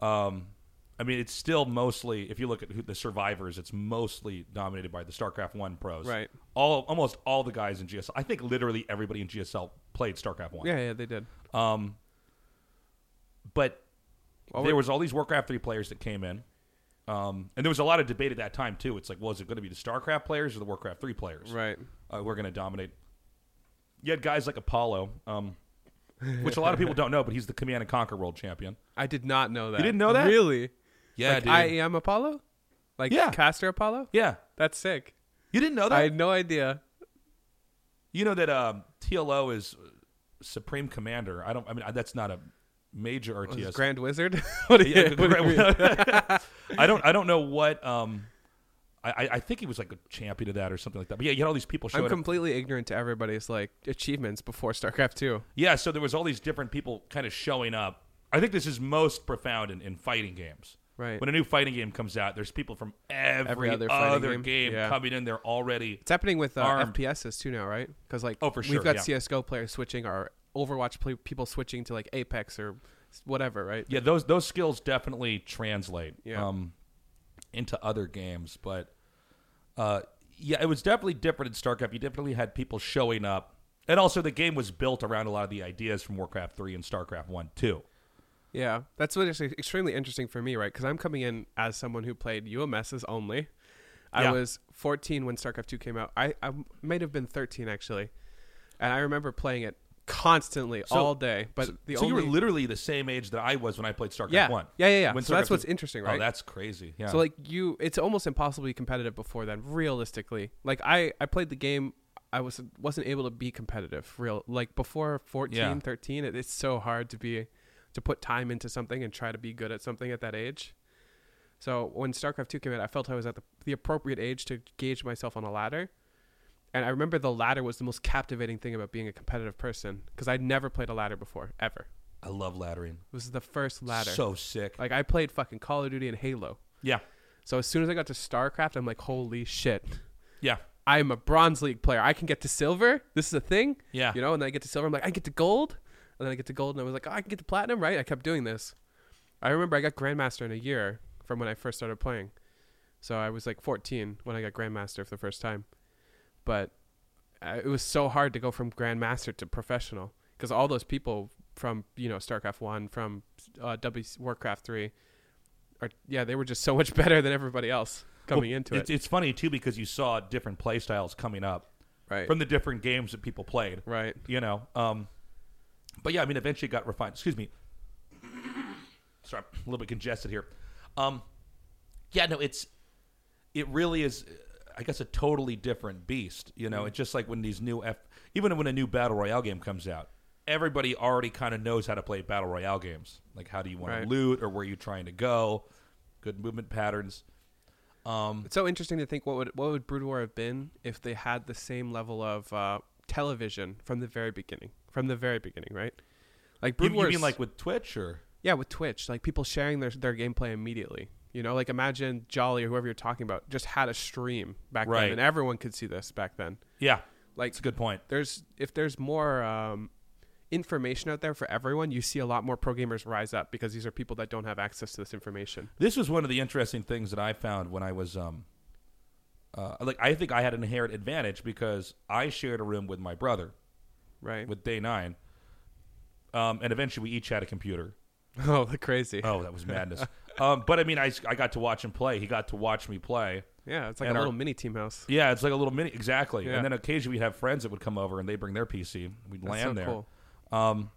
um, I mean, it's still mostly if you look at who, the survivors, it's mostly dominated by the StarCraft One pros. Right. All almost all the guys in GSL. I think literally everybody in GSL played StarCraft One. Yeah, yeah, they did. Um, but Well, there we- was all these Warcraft three players that came in, um, and there was a lot of debate at that time too. It's like, well, is it going to be the StarCraft players or the Warcraft three players? Right. uh, we're going to dominate. You had guys like Apollo, um, which a lot of people don't know, but he's the Command and Conquer World Champion. I did not know that. didn't know that? Really? Yeah, like, I am Apollo? Like Yeah. Castor Apollo? yeah, That's sick. you didn't know that. I had no idea. you know that um, TLO is uh, Supreme Commander. I don't. I mean, I- that's not a major Was it RTS. Grand Wizard? what do you, Yeah, what do you mean? I don't. I don't know what. Um, I, I- I think he was like a champion of that or something like that. But yeah, you had all these people showing I'm up. completely ignorant to everybody's like achievements before StarCraft 2. Yeah, so there was all these different people kind of showing up. I think this is most profound in, in fighting games. Right. When a new fighting game comes out, there's people from every, Every other, other game, fighting game. Yeah. coming in. They're already. It's happening with uh, Armed. FPSs too now, right? Because like Oh, for sure, we've got yeah. CS:GO players switching, or Overwatch play- people switching to like Apex or s- whatever, right? Yeah, those those skills definitely translate Yeah. um, into other games. But uh, yeah, it was definitely different in StarCraft. You definitely had people showing up. And also, the game was built around a lot of the ideas from Warcraft 3 and StarCraft 1 too. Yeah, that's what is extremely interesting for me, right? Because I'm coming in as someone who played UMSs only. I Yeah. was 14 when StarCraft 2 came out. I, I might have been 13 actually, and I remember playing it constantly So- all day. But the so only you were literally the same age that I was when I played StarCraft Yeah. One. Yeah, yeah, yeah. When So that's StarCraft what's was- interesting, Oh, right? that's crazy. Yeah. So like you, it's almost impossible to be competitive before then. Realistically, like I, I played the game. I was wasn't able to be competitive. Real like before 14, Yeah. 13, it, it's so hard to be to put time into something and try to be good at something at that age. So when StarCraft 2 came out, I felt I was at the, the appropriate age to gauge myself on a ladder. And I remember the ladder was the most captivating thing about being a competitive person because I'd never played a ladder before ever. I love laddering. It was the first ladder. So sick. like I played fucking Call of Duty and Halo. yeah. So as soon as I got to StarCraft, I'm like, holy shit. Yeah. I'm a bronze league player. I can get to silver. This is a thing. Yeah. You know, and then I get to silver. I'm like, I get to gold. And then I get to gold and I was like, oh, I can get to platinum, right? I kept doing this. I remember I got Grandmaster in a year from when I first started playing. So I was like 14 when I got Grandmaster for the first time. But uh, it was so hard to go from Grandmaster to professional because all those people from, you know, StarCraft 1, from uh, w- Warcraft 3, are, yeah, they were just so much better than everybody else coming Well, into it's, it. It's funny too because you saw different play styles coming up Right. from the different games that people played. right. You know. Um, but yeah, I mean, eventually it got refined. Excuse me. Sorry, I'm a little bit congested here. Um, yeah, no, it's it really is. uh, I guess a totally different beast. You know, it's just like when these new F, even when a new battle royale game comes out, everybody already kind of knows how to play battle royale games. Like, how do you want Right. to loot, or where are you trying to go? Good movement patterns. Um, It's so interesting to think what would what would Brood War have been if they had the same level of uh, television from the very beginning, from the very beginning, right? Like You, Brood you War, mean like with Twitch or? yeah, with Twitch, like people sharing their their gameplay immediately. You know, like imagine Jolly or whoever you're talking about just had a stream back Right. then, and everyone could see this back then. Yeah, Like it's a good point. there's if there's more um, information out there for everyone, you see a lot more pro gamers rise up because these are people that don't have access to this information. This was one of the interesting things that I found when I was um uh, like I think I had an inherent advantage because I shared a room with my brother Right? with day 9. Um, and eventually we each had a computer. oh, like crazy. Oh, that was madness. um, but I mean I, s- I got to watch him play. He got to watch me play. Yeah, it's like And a our- little mini team house. Yeah, it's like a little mini exactly. Yeah. And then occasionally we'd have friends that would come over and they bring their PC. We'd That's land so there. Um, cool.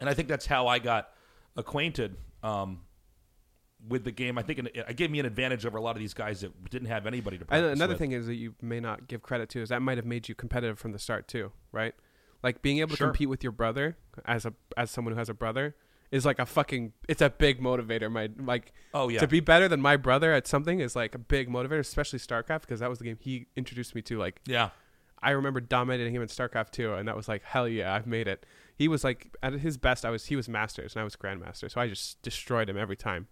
and I think that's how I got acquainted um, with the game. I think it, it gave me an advantage over a lot of these guys that didn't have anybody to And practice another with. thing is that you may not give credit to is that might have made you competitive from the start too, right? Like being able Sure. to compete with your brother as a as someone who has a brother is like a fucking it's a big motivator. My like Oh, yeah. to be better than my brother at something is like a big motivator, especially StarCraft because that was the game he introduced me to. Like Yeah, I remember dominating him in StarCraft 2 and that was like hell yeah, I've made it. He was like at his best I was he was masters and I was grandmaster, so I just destroyed him every time.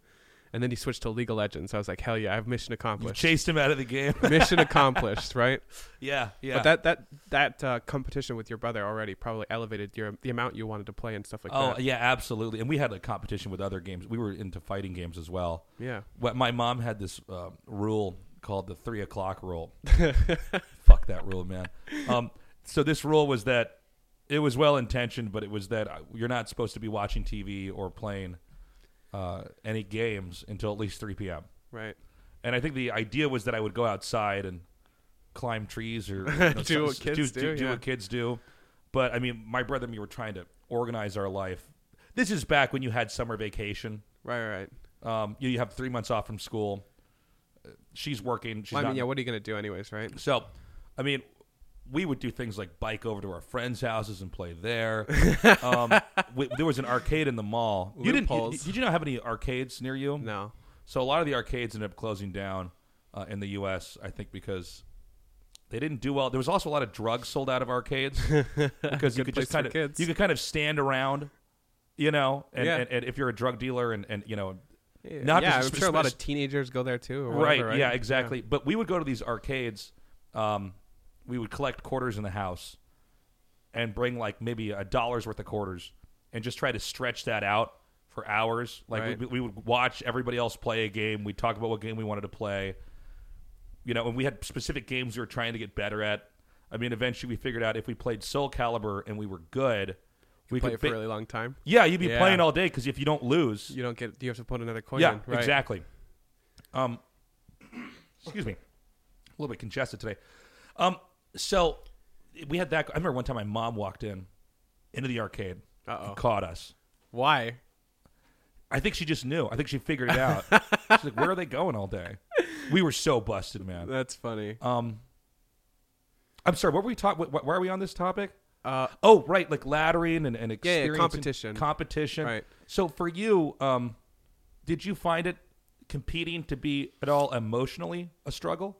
And then he switched to League of Legends. I was like hell yeah, I've mission you accomplished. chased him out of the game. mission accomplished, right? yeah, yeah. But that that that uh, competition with your brother already probably elevated your the amount you wanted to play and stuff like oh that. yeah, absolutely. And we had a competition with other games. We were into fighting games as well. Yeah. What my mom had this uh, rule called the three o'clock rule. Fuck that rule, man. Um, so this rule was that it was well intentioned, but it was that uh, you're not supposed to be watching TV or playing uh, any games until at least three p.m. Right. And I think the idea was that I would go outside and climb trees or you know, Do what so- kids do, yeah. what kids do. But I mean, my brother and me were trying to organize our life. This is back when you had summer vacation. Right. Right. Um, you, you have three months off from school. Uh, She's working. She's Well, I not. mean, yeah. What are you gonna do anyways, right? So, I mean, we would do things like bike over to our friends' houses and play there. um, we, there was an arcade in the mall. You didn't? You, Loopholes. did you not have any arcades near you? No. So a lot of the arcades ended up closing down uh, in the U.S. I think because they didn't do well. There was also a lot of drugs sold out of arcades because you could Good place just for kind of kids. you could kind of stand around, you know, and, Yeah. and, and if you're a drug dealer and, and you know, Yeah, Not yeah, I'm just- sure a lot of teenagers go there too. Or whatever, right, right, yeah, exactly. But we would go to these arcades. Um, we would collect quarters in the house and bring like maybe a dollar's worth of quarters and just try to stretch that out for hours. Like Right. we, we would watch everybody else play a game. We'd talk about what game we wanted to play. You know, and we had specific games we were trying to get better at. I mean, eventually we figured out if we played Soul Calibur and we were good, we Play could it for ba- a really long time. yeah, you'd be Yeah. playing all day because if you don't lose, You don't get. You have to put another coin. yeah, Oh, in, right? exactly. Um, excuse me, a little bit congested today. Um, so we had that. I remember one time my mom walked in into the arcade Uh-oh. and caught us. Why? I think she just knew. I think she figured it out. She's like, "Where are they going all day?" We were so busted, man. That's funny. Um, I'm sorry. What were we talking? Where are we on this topic? Uh, Oh, right, like laddering and, and yeah, experience and competition. competition. Right. So for you, um, did you find it competing to be at all emotionally a struggle?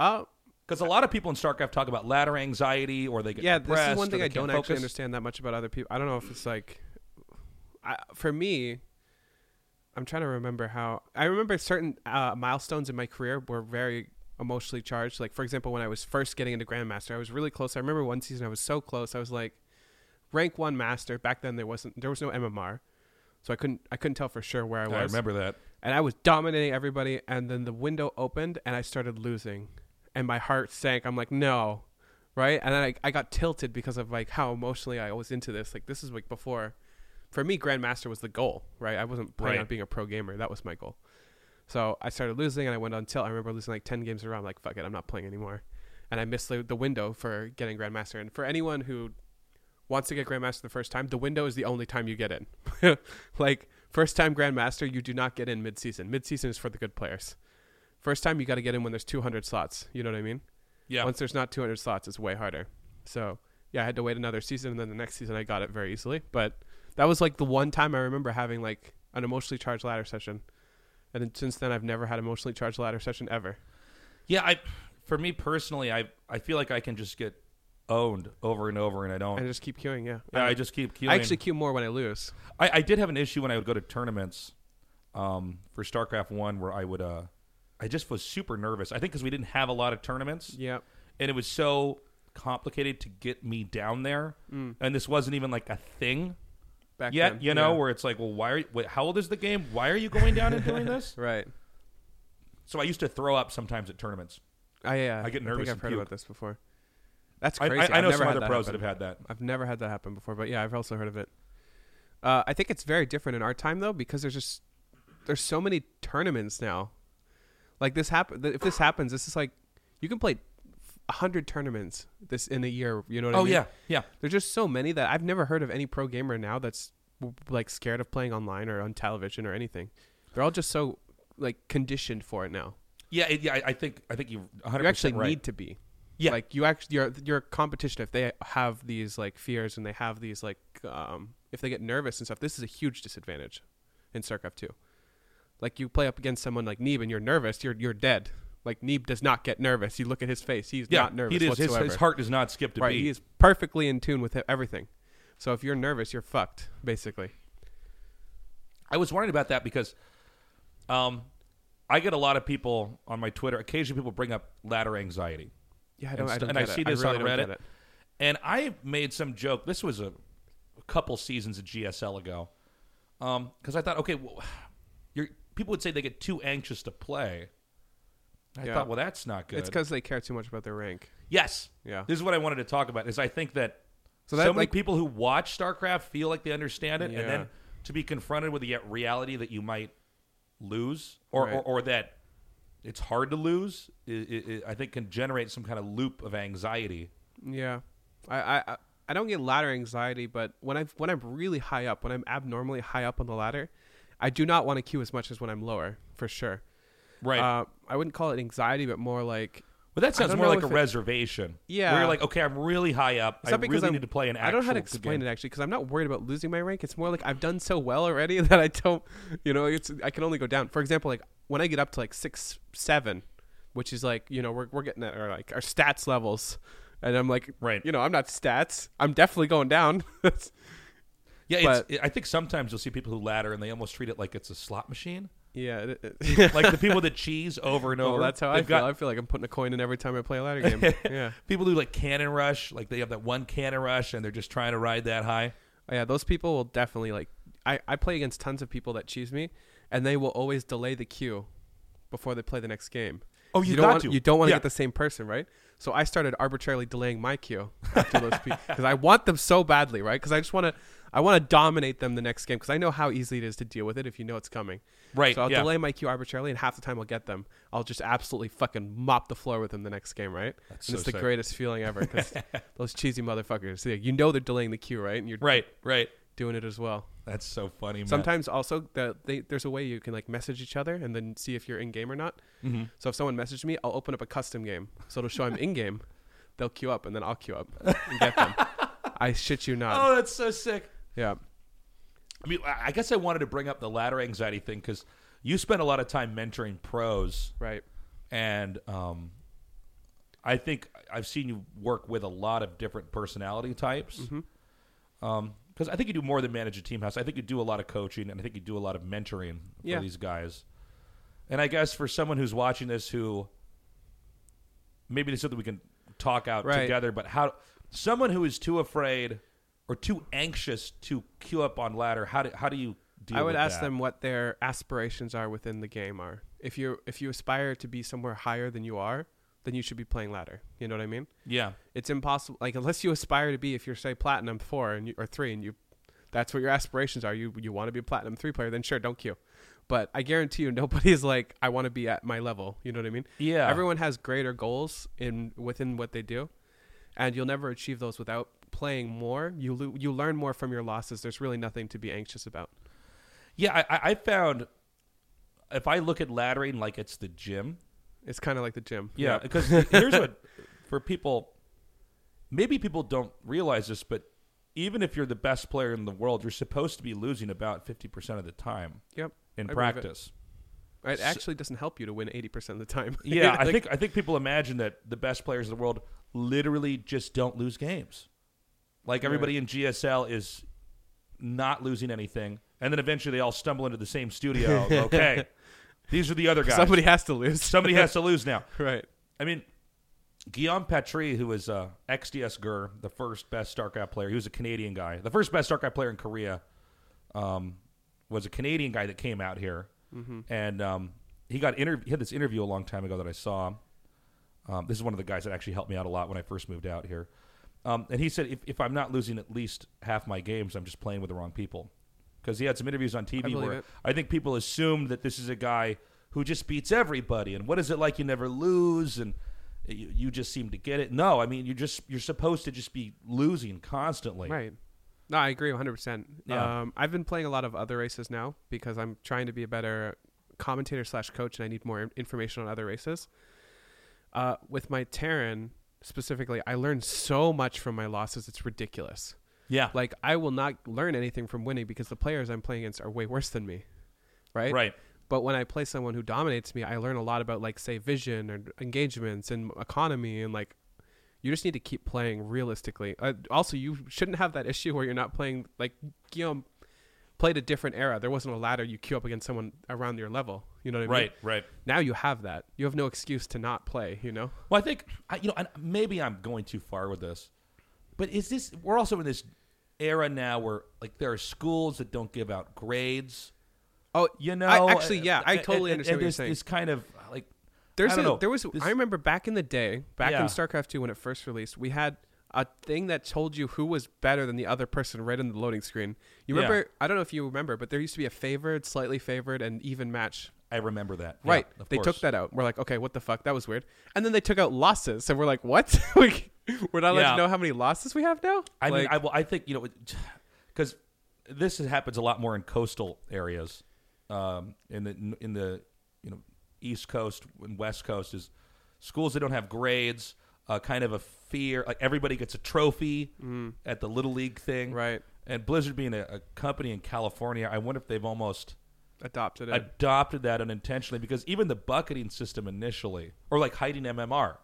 uh, Because a lot of people in StarCraft talk about ladder anxiety, or they get yeah, this depressed. is one or thing they I can't don't focus. actually understand that much about other people. I don't know if it's like, I, for me, I'm trying to remember how I remember certain uh, milestones in my career were very emotionally charged. Like for example, when I was first getting into Grandmaster, I was really close. I remember one season I was so close. I was like rank one master. Back then there wasn't there was no MMR, so I couldn't I couldn't tell for sure where I was I remember that. and I was dominating everybody. And then the window opened, and I started losing, and my heart sank. I'm like, no, right? And then I, I got tilted because of like how emotionally I was into this. Like this is like before, for me, Grandmaster was the goal, right? I wasn't planning Right. on being a pro gamer. That was my goal. So I started losing, and I went on tilt. I remember losing like ten games in a row. I'm like, fuck it, I'm not playing anymore. And I missed the, the window for getting Grandmaster. And for anyone who wants to get Grandmaster the first time, the window is the only time you get in. like first time Grandmaster, you do not get in mid season. Mid season is for the good players. First time you got to get in when there's 200 slots. You know what I mean? Yeah. Once there's not 200 slots, it's way harder. So yeah, I had to wait another season, and then the next season I got it very easily. But that was like the one time I remember having like an emotionally charged ladder session. And then since then, I've never had emotionally charged ladder session ever. yeah, I. For me personally, I I feel like I can just get owned over and over, and I don't. I just keep queuing, yeah. yeah, I, I just keep queuing. I actually queue more when I lose. I, I did have an issue when I would go to tournaments um, for StarCraft One, where I would uh, I just was super nervous. I think because we didn't have a lot of tournaments, Yep. and it was so complicated to get me down there, and this wasn't even like a thing Mm. Back yet. then. You know, Yeah. where it's like, well, why are you, wait, how old is the game? Why are you going down and doing this? right. So I used to throw up sometimes at tournaments. I yeah. I get nervous I think I've and heard puke. about this before. That's I, crazy. I, I know I've never some had other that pros happen. that have had that. I've never had that happen before, but yeah, I've also heard of it. Uh, I think it's very different in our time though, because there's just there's so many tournaments now. Like this happen if this happens, this is like you can play hundred tournaments this in a year. You know what I Oh mean? yeah, yeah. There's just so many that I've never heard of any pro gamer now that's w- like scared of playing online or on television or anything. They're all just so like conditioned for it now. Yeah, it, yeah, I- I think I think you 100 You actually right. need to be. Yeah. Like you actually your your competition if they have these like fears and they have these like um if they get nervous and stuff, this is a huge disadvantage in StarCraft 2. Like you play up against someone like Neeb and you're nervous, you're you're dead. Like Neeb does not get nervous. You look at his face, he's yeah, not nervous he is, his, whatsoever. his heart does not skip to right, beat. he is perfectly in tune with e-, everything. So if you're nervous, you're fucked basically. I was wondering about that because um, I get a lot of people on my Twitter. Occasionally, people bring up ladder anxiety. Yeah, I and, don't, I st- don't and get it. see this really on don't Reddit. get it. And I made some joke. This was a, a couple seasons of GSL ago, because I thought, okay, well, you're, people would say they get too anxious to play. I Yeah. thought, well, that's not good. It's cuz they care too much about their rank. yes, Yeah. This is what I wanted to talk about. Is I think that so, So that, many like- people who watch StarCraft feel like they understand it, Yeah. and then to be confronted with the reality that you might lose, or Right. or, or that it's hard to lose, i i I I think can generate some kind of loop of anxiety. Yeah, I, I I- I don't get ladder anxiety, but when I when I'm really high up, when I'm abnormally high up on the ladder, I do not want to queue as much as when I'm lower, for sure. Right. Uh, I wouldn't call it anxiety, but more like But that sounds don't more know like a if it- reservation. Yeah. Where you're like, okay, I'm really high up. it's I not because really I'm- need to play an actual I don't know how to explain it actually, because I'm not worried about losing my rank. It's more like I've done so well already that I don't, you know, it's I can only go down. For example, like when I get up to like six, seven, which is like you know we're we're getting at our like our stats levels, and I'm like Right. you know I'm not stats. I'm definitely going down. Yeah, it's, but- it- I think sometimes you'll see people who ladder and they almost treat it like it's a slot machine. yeah. it- it- Like the people that cheese over and over. Well, Oh, that's how I They've feel. got I feel like I'm putting a coin in every time I play a ladder game. yeah, People who like cannon rush, like they have that one cannon rush and they're just trying to ride that high. Oh, yeah. Those people will definitely like. I I play against tons of people that cheese me, and they will always delay the queue before they play the next game. Oh, you don't got want, to. You don't want to Yeah. get the same person, right? So I started arbitrarily delaying my queue after those people because I want them so badly, right? Because I just want to. I want to dominate them the next game because I know how easy it is to deal with it if you know it's coming. Right, So I'll yeah. delay my queue arbitrarily, and half the time I'll get them. I'll just absolutely fucking mop the floor with them the next game, right? and so it's the sick. greatest feeling ever because those cheesy motherfuckers, yeah, you know they're delaying the queue, right? And you're Right, right. doing it as well. That's so funny, man. Sometimes also the, they, there's a way you can like message each other and then see if you're in game or not. Mm-hmm. So if someone messaged me, I'll open up a custom game. So it'll show I'm in game. They'll queue up and then I'll queue up and get them. I shit you not. Oh, that's so sick. Yeah. I mean, I I guess I wanted to bring up the ladder anxiety thing because you spend a lot of time mentoring pros. Right. and um, I think I've seen you work with a lot of different personality types. Because Mm-hmm. I think you do more than manage a team house. I think you do a lot of coaching, and I think you do a lot of mentoring for Yeah. these guys. And I guess for someone who's watching this, who maybe there's something we can talk out Right. together, but how someone who is too afraid or too anxious to queue up on ladder, how do how do you deal? I would with ask that? them what their aspirations are within the game are. If you if you aspire to be somewhere higher than you are, then you should be playing ladder. You know what I mean? Yeah, it's impossible like unless you aspire to be if you're say platinum four and you, or three and you that's what your aspirations are you you want to be a platinum three player then sure don't queue but i guarantee you nobody's like i want to be at my level you know what i mean Yeah. everyone has greater goals in within what they do and you'll never achieve those without playing more you lo- you learn more from your losses there's really nothing to be anxious about yeah. I- I, I found if I look at laddering like it's the gym. it's kind of like the gym Yeah, because here's what for people maybe people don't realize this, but even if you're the best player in the world, you're supposed to be losing about 50% of the time yep in I believe it. practice. it actually doesn't help you to win 80% of the time Yeah, I Like, think I think people imagine that the best players in the world literally just don't lose games. Like everybody in GSL is not losing anything, and then eventually they all stumble into the same studio. okay, these are the other guys. somebody has to lose somebody has to lose now. right I mean, Guillaume Petrie, who was uh, XDS Gur, the first best StarCraft player, he was a Canadian guy. The first best StarCraft player in Korea um, was a Canadian guy that came out here, Mm-hmm. and um, he got inter- he had this interview a long time ago that I saw. Um, this is one of the guys that actually helped me out a lot when I first moved out here, um, and he said, if, "If I'm not losing at least half my games, I'm just playing with the wrong people." Because he had some interviews on TV believe where it. I think people assumed that this is a guy who just beats everybody, and what is it like you never lose, and you, you just seem to get it. No, I mean you just you're supposed to just be losing constantly. Right. No, I agree 100%. Yeah. Um, I've been playing a lot of other races now because I'm trying to be a better commentator slash coach and I need more in- information on other races. Uh, with my Terran specifically, I learned so much from my losses. It's ridiculous. Yeah. Like, I will not learn anything from winning because the players I'm playing against are way worse than me. Right? Right. But when I play someone who dominates me, I learn a lot about like say vision or engagements and economy and like you just need to keep playing realistically. Uh, also, you shouldn't have that issue where you're not playing like Guillaume played a different era. There wasn't a ladder you queue up against someone around your level. You know what I mean? Right. Right. Now you have that. You have no excuse to not play. You know? Well, I think I- you know, and maybe I'm going too far with this, but is this? We're also in this era now where like there are schools that don't give out grades. Oh, You know, I, actually, uh, yeah, I and- totally and- understand and what you're this- saying. This kind of like There's I don't a, know. there was This- I remember back in the day, back Yeah. in StarCraft 2 when it first released, we had a thing that told you who was better than the other person right in the loading screen. You Yeah. remember I don't know if you remember, but there used to be a favored, slightly favored and even match. I remember that. Yeah, Right. of they course. took that out. We're like, "Okay, what the fuck? That was weird." And then they took out losses, and we're like, "What? we, we're not allowed Yeah. to know how many losses we have now?" I mean, Like, I well, I think you know, because this is- happens a lot more in coastal areas, um, in the in the you know East Coast and West Coast is schools that don't have grades, uh, kind of a fear. Like everybody gets a trophy at the little league thing, Mm. Right. And Blizzard being a, a company in California, I wonder if they've almost adopted it. adopted that unintentionally because even the bucketing system initially, or like hiding MMR, or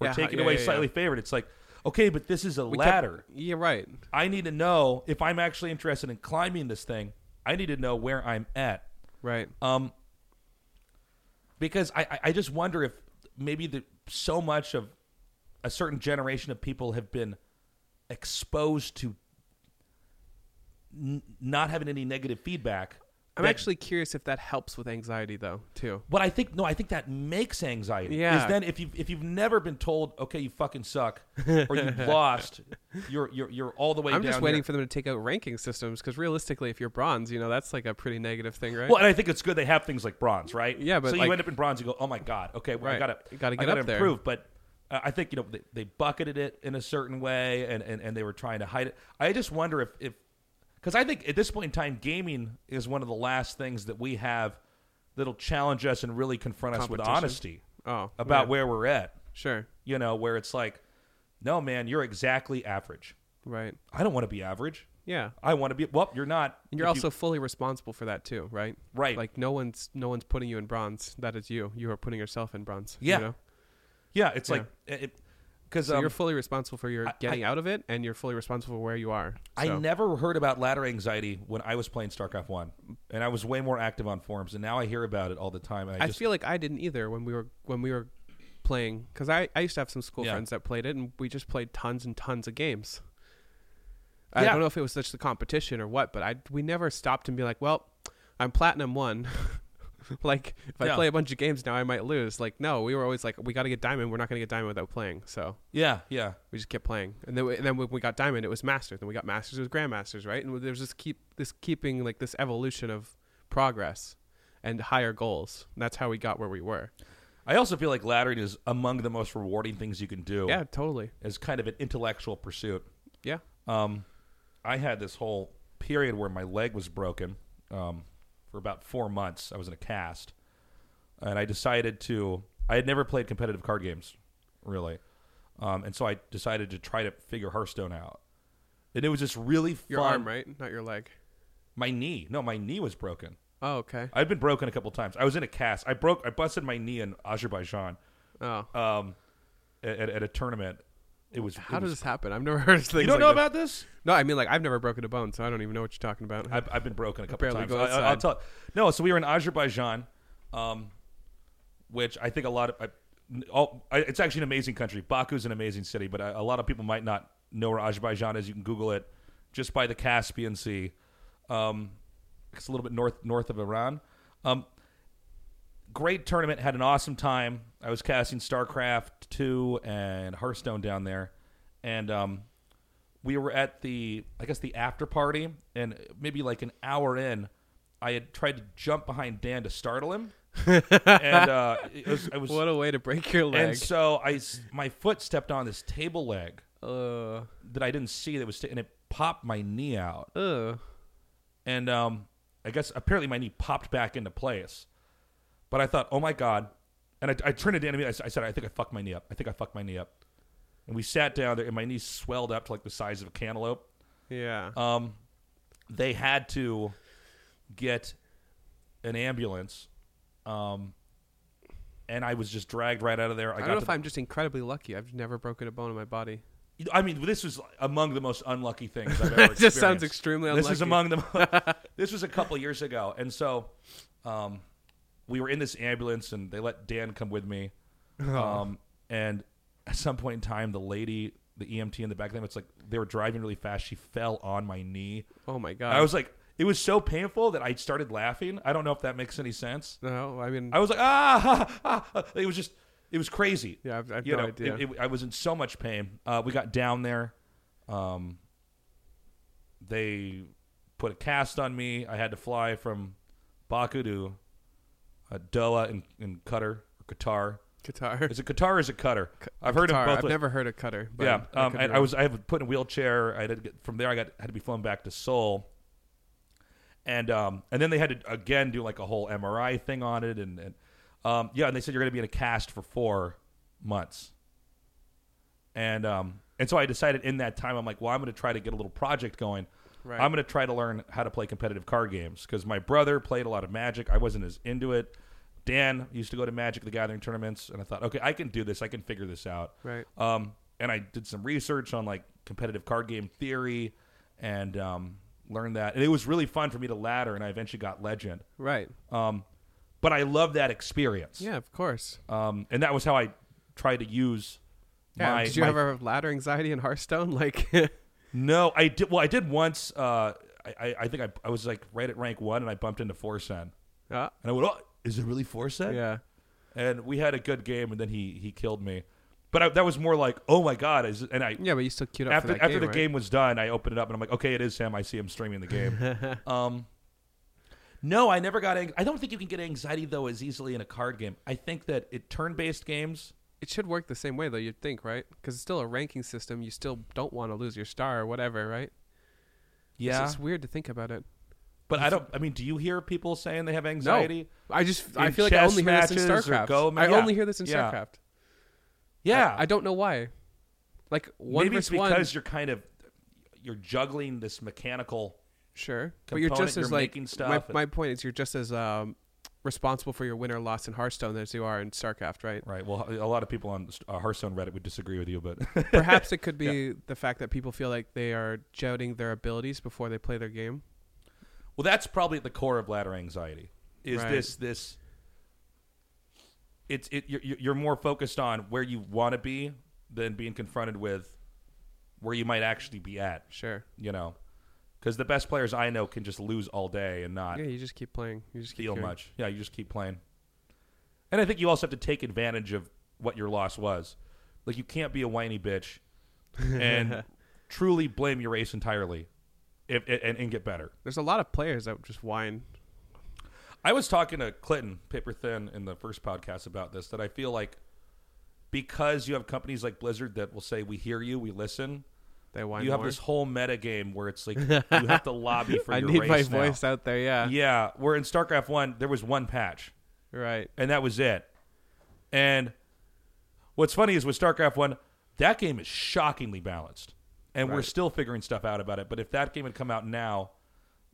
Yeah, taking yeah, away yeah, yeah. slightly favored, it's like. Okay, but this is a We kept- ladder. yeah, right. I need to know if I'm actually interested in climbing this thing. I need to know where I'm at. Right. Um, because I, I- I just wonder if maybe the, so much of a certain generation of people have been exposed to n- not having any negative feedback. I'm that- actually curious if that helps with anxiety though, too. But I think no, I think that makes anxiety. Yeah. Is then if you if you've never been told, okay, you fucking suck, or you lost, you're you're you're all the way. I'm down just waiting here. for them to take out ranking systems because realistically, if you're bronze, you know that's like a pretty negative thing, right? Well, and I think it's good they have things like bronze, right? Yeah, but so you like- end up in bronze, you go, oh my god, okay, well, I Right. gotta, You gotta I get gotta up there. improve. But uh, I think you know they, they bucketed it in a certain way, and, and and they were trying to hide it. I just wonder if if because I think at this point in time, gaming is one of the last things that we have that'll challenge us and really confront us with Competition. honesty oh, about yeah. where we're at. sure, You know, where it's like, no, man, you're exactly average. right, I don't want to be average. yeah. I want to be. Well, you're not. And you're If you- also fully responsible for that too, right? Right. Like no one's no one's putting you in bronze. That is you. You are putting yourself in bronze. Yeah. You know? yeah. It's Yeah. like it um, because So you're fully responsible for your I- getting out of it, and you're fully responsible for where you are. I So, never heard about ladder anxiety when I was playing StarCraft One, and I was way more active on forums. And now I hear about it all the time. And I, I just, feel like I didn't either when we were when we were playing because I I used to have some school Yeah. friends that played it, and we just played tons and tons of games. I Yeah. don't know if it was such the competition or what, but I we never stopped and be like, well, I'm platinum one. like if Yeah. I play a bunch of games now, I might lose. Like no, we were always like, we got to get diamond. We're not going to get diamond without playing. So yeah, yeah, we just kept playing, and then we, and then when we got diamond, it was masters. Then we got masters, it was grandmasters, right? And there was this keep this keeping like this evolution of progress and higher goals. And that's how we got where we were. I also feel like laddering is among the most rewarding things you can do. Yeah, totally. as kind of an intellectual pursuit. Yeah. Um, I had this whole period where my leg was broken um, for about four months. I was in a cast, and I decided to. I had never played competitive card games, really, um, and so I decided to try to figure Hearthstone out. And it was just really fun. Your arm, right? Not your leg. My knee. No, my knee was broken. Oh, okay. I'd been broken a couple times. I was in a cast. I broke. I busted my knee in Azerbaijan Oh. um, at, at a tournament. It was. How it does was- this happen? I've never heard of things you don't like know this. about this? No, I mean like I've never broken a bone, so I don't even know what you're talking about. I've, I've been broken a couple Barely times. go I, I'll outside. tell. No, so we were in Azerbaijan, um, which I think a lot of I, all, I- it's actually an amazing country. Baku's an amazing city, but a, a lot of people might not know where Azerbaijan is. You can Google it just by the Caspian Sea. Um, it's a little bit north north of Iran. Um, great tournament. Had an awesome time. I was casting StarCraft two and Hearthstone down there, and um, we were at the I guess the after party, and maybe like an hour in, I had tried to jump behind Dan to startle him, and uh, it was, I was What a way to break your and leg. so I s- my foot stepped on this table leg Ugh. that I didn't see that was sta- and it popped my knee out, Ugh. and um, I guess apparently my knee popped back into place, but I thought, oh my god, and I, I turned it to enemy. I, s- I said, I think I fucked my knee up. I think I fucked my knee up, and we sat down there, and my knee swelled up to like the size of a cantaloupe. Yeah. um, they had to get an ambulance, um, and I was just dragged right out of there. I, I, got don't know to, if I'm just incredibly lucky. I've never broken a bone in my body. I mean, this was among the most unlucky things I've ever. It just sounds experienced. extremely This is among unlucky. the. mo- this was a couple years ago, and so, um, we were in this ambulance, and they let Dan come with me. Um, and at some point in time, the lady, the EMT in the back of them, it's like they were driving really fast. She fell on my knee. Oh my And I god. was like, it was so painful that I started laughing. I don't know if that makes any sense. no, I mean I was like, ah, ha, ha, ha." it was just, it was crazy. yeah, I've, I've you no know, idea. it- it- I was in so much pain. Uh, we got down there. Um, they put a cast on me. I had to fly from Baku to uh, Doha and, and Qatar, or Qatar. Qatar. Is it Qatar or is it Qatar? I've heard Er Qatar. of both. I've ways. never heard of cutter. But Yeah, I um, could I, be I wrong. was I was put in a wheelchair. I had to get, from there. I got had to be flown back to Seoul, and um, and then they had to again do like a whole MRI thing on it, and, and um, yeah, and they said you're going to be in a cast for four months, and um, and so I decided in that time I'm like, well, I'm going to try to get a little project going. Right. I'm going to try to learn how to play competitive card games because my brother played a lot of Magic. I wasn't as into it. Dan used to go to Magic the Gathering tournaments, and I thought, okay, I can do this. I can figure this out. Right. Um, and I did some research on like competitive card game theory and um, learned that. And it was really fun for me to ladder, and I eventually got legend. Right. Um, but I love that experience. Yeah, of course. Um, and that was how I tried to use Yeah, my. did you my- ever have ladder anxiety in Hearthstone? Like, oh No, I did. Well, I did once. Uh, I- I, I think I, I was like right at rank one, and I bumped into Forsen, and I went, "Oh, is it really Forsen?" yeah, And we had a good game, and then he he killed me. But I, that was more like, "Oh my god!" Is it- and I yeah, but you still queued up after for that after game, the right? game was done, I opened it up and I'm like, okay, it is him. I see him streaming the game. um, no, I never got. Ang- I don't think you can get anxiety though as easily in a card game. I think that it turn-based games. It should work the same way though, you'd think, right? Because it's still a ranking system. You still don't want to lose your star or whatever, right? It's Yeah, just weird to think about it. but I don't. I mean, do you hear people saying they have anxiety? No, I just I In feel like I chess only hear this in matches or StarCraft. Go- I yeah. only hear this in Yeah. StarCraft. Yeah, I, I don't know why. Like one maybe it's versus because one, you're kind of you're juggling this mechanical. sure, but you're component, just as you're like making my stuff and- my point is you're just as um responsible for your win or loss in Hearthstone as you are in StarCraft, right? Right. Well, a lot of people on uh, Hearthstone Reddit would disagree with you, but Perhaps it could be the fact that people feel like they are doubting their abilities before they play their game. Well, that's probably at the core of ladder anxiety. Is Right. this this? It's it. You're, you're more focused on where you want to be than being confronted with where you might actually be at. Sure. You know, because the best players I know can just lose all day and not Yeah, you just keep playing. You just keep feel going. much. Yeah, you just keep playing. And I think you also have to take advantage of what your loss was. Like you can't be a whiny bitch and truly blame your race entirely, if and, and get better. There's a lot of players that just whine. I was talking to Clinton Paper Thin in the first podcast about this that I feel like because you have companies like Blizzard that will say we hear you, we listen. They whine. you have more. this whole meta game where it's like you have to lobby for I your need my race now. voice out there. Yeah. Yeah, where in StarCraft One there was one patch Right. and that was it. And what's funny is with StarCraft One, that game is shockingly balanced, and we're Right. still figuring stuff out about it. But if that game had come out now,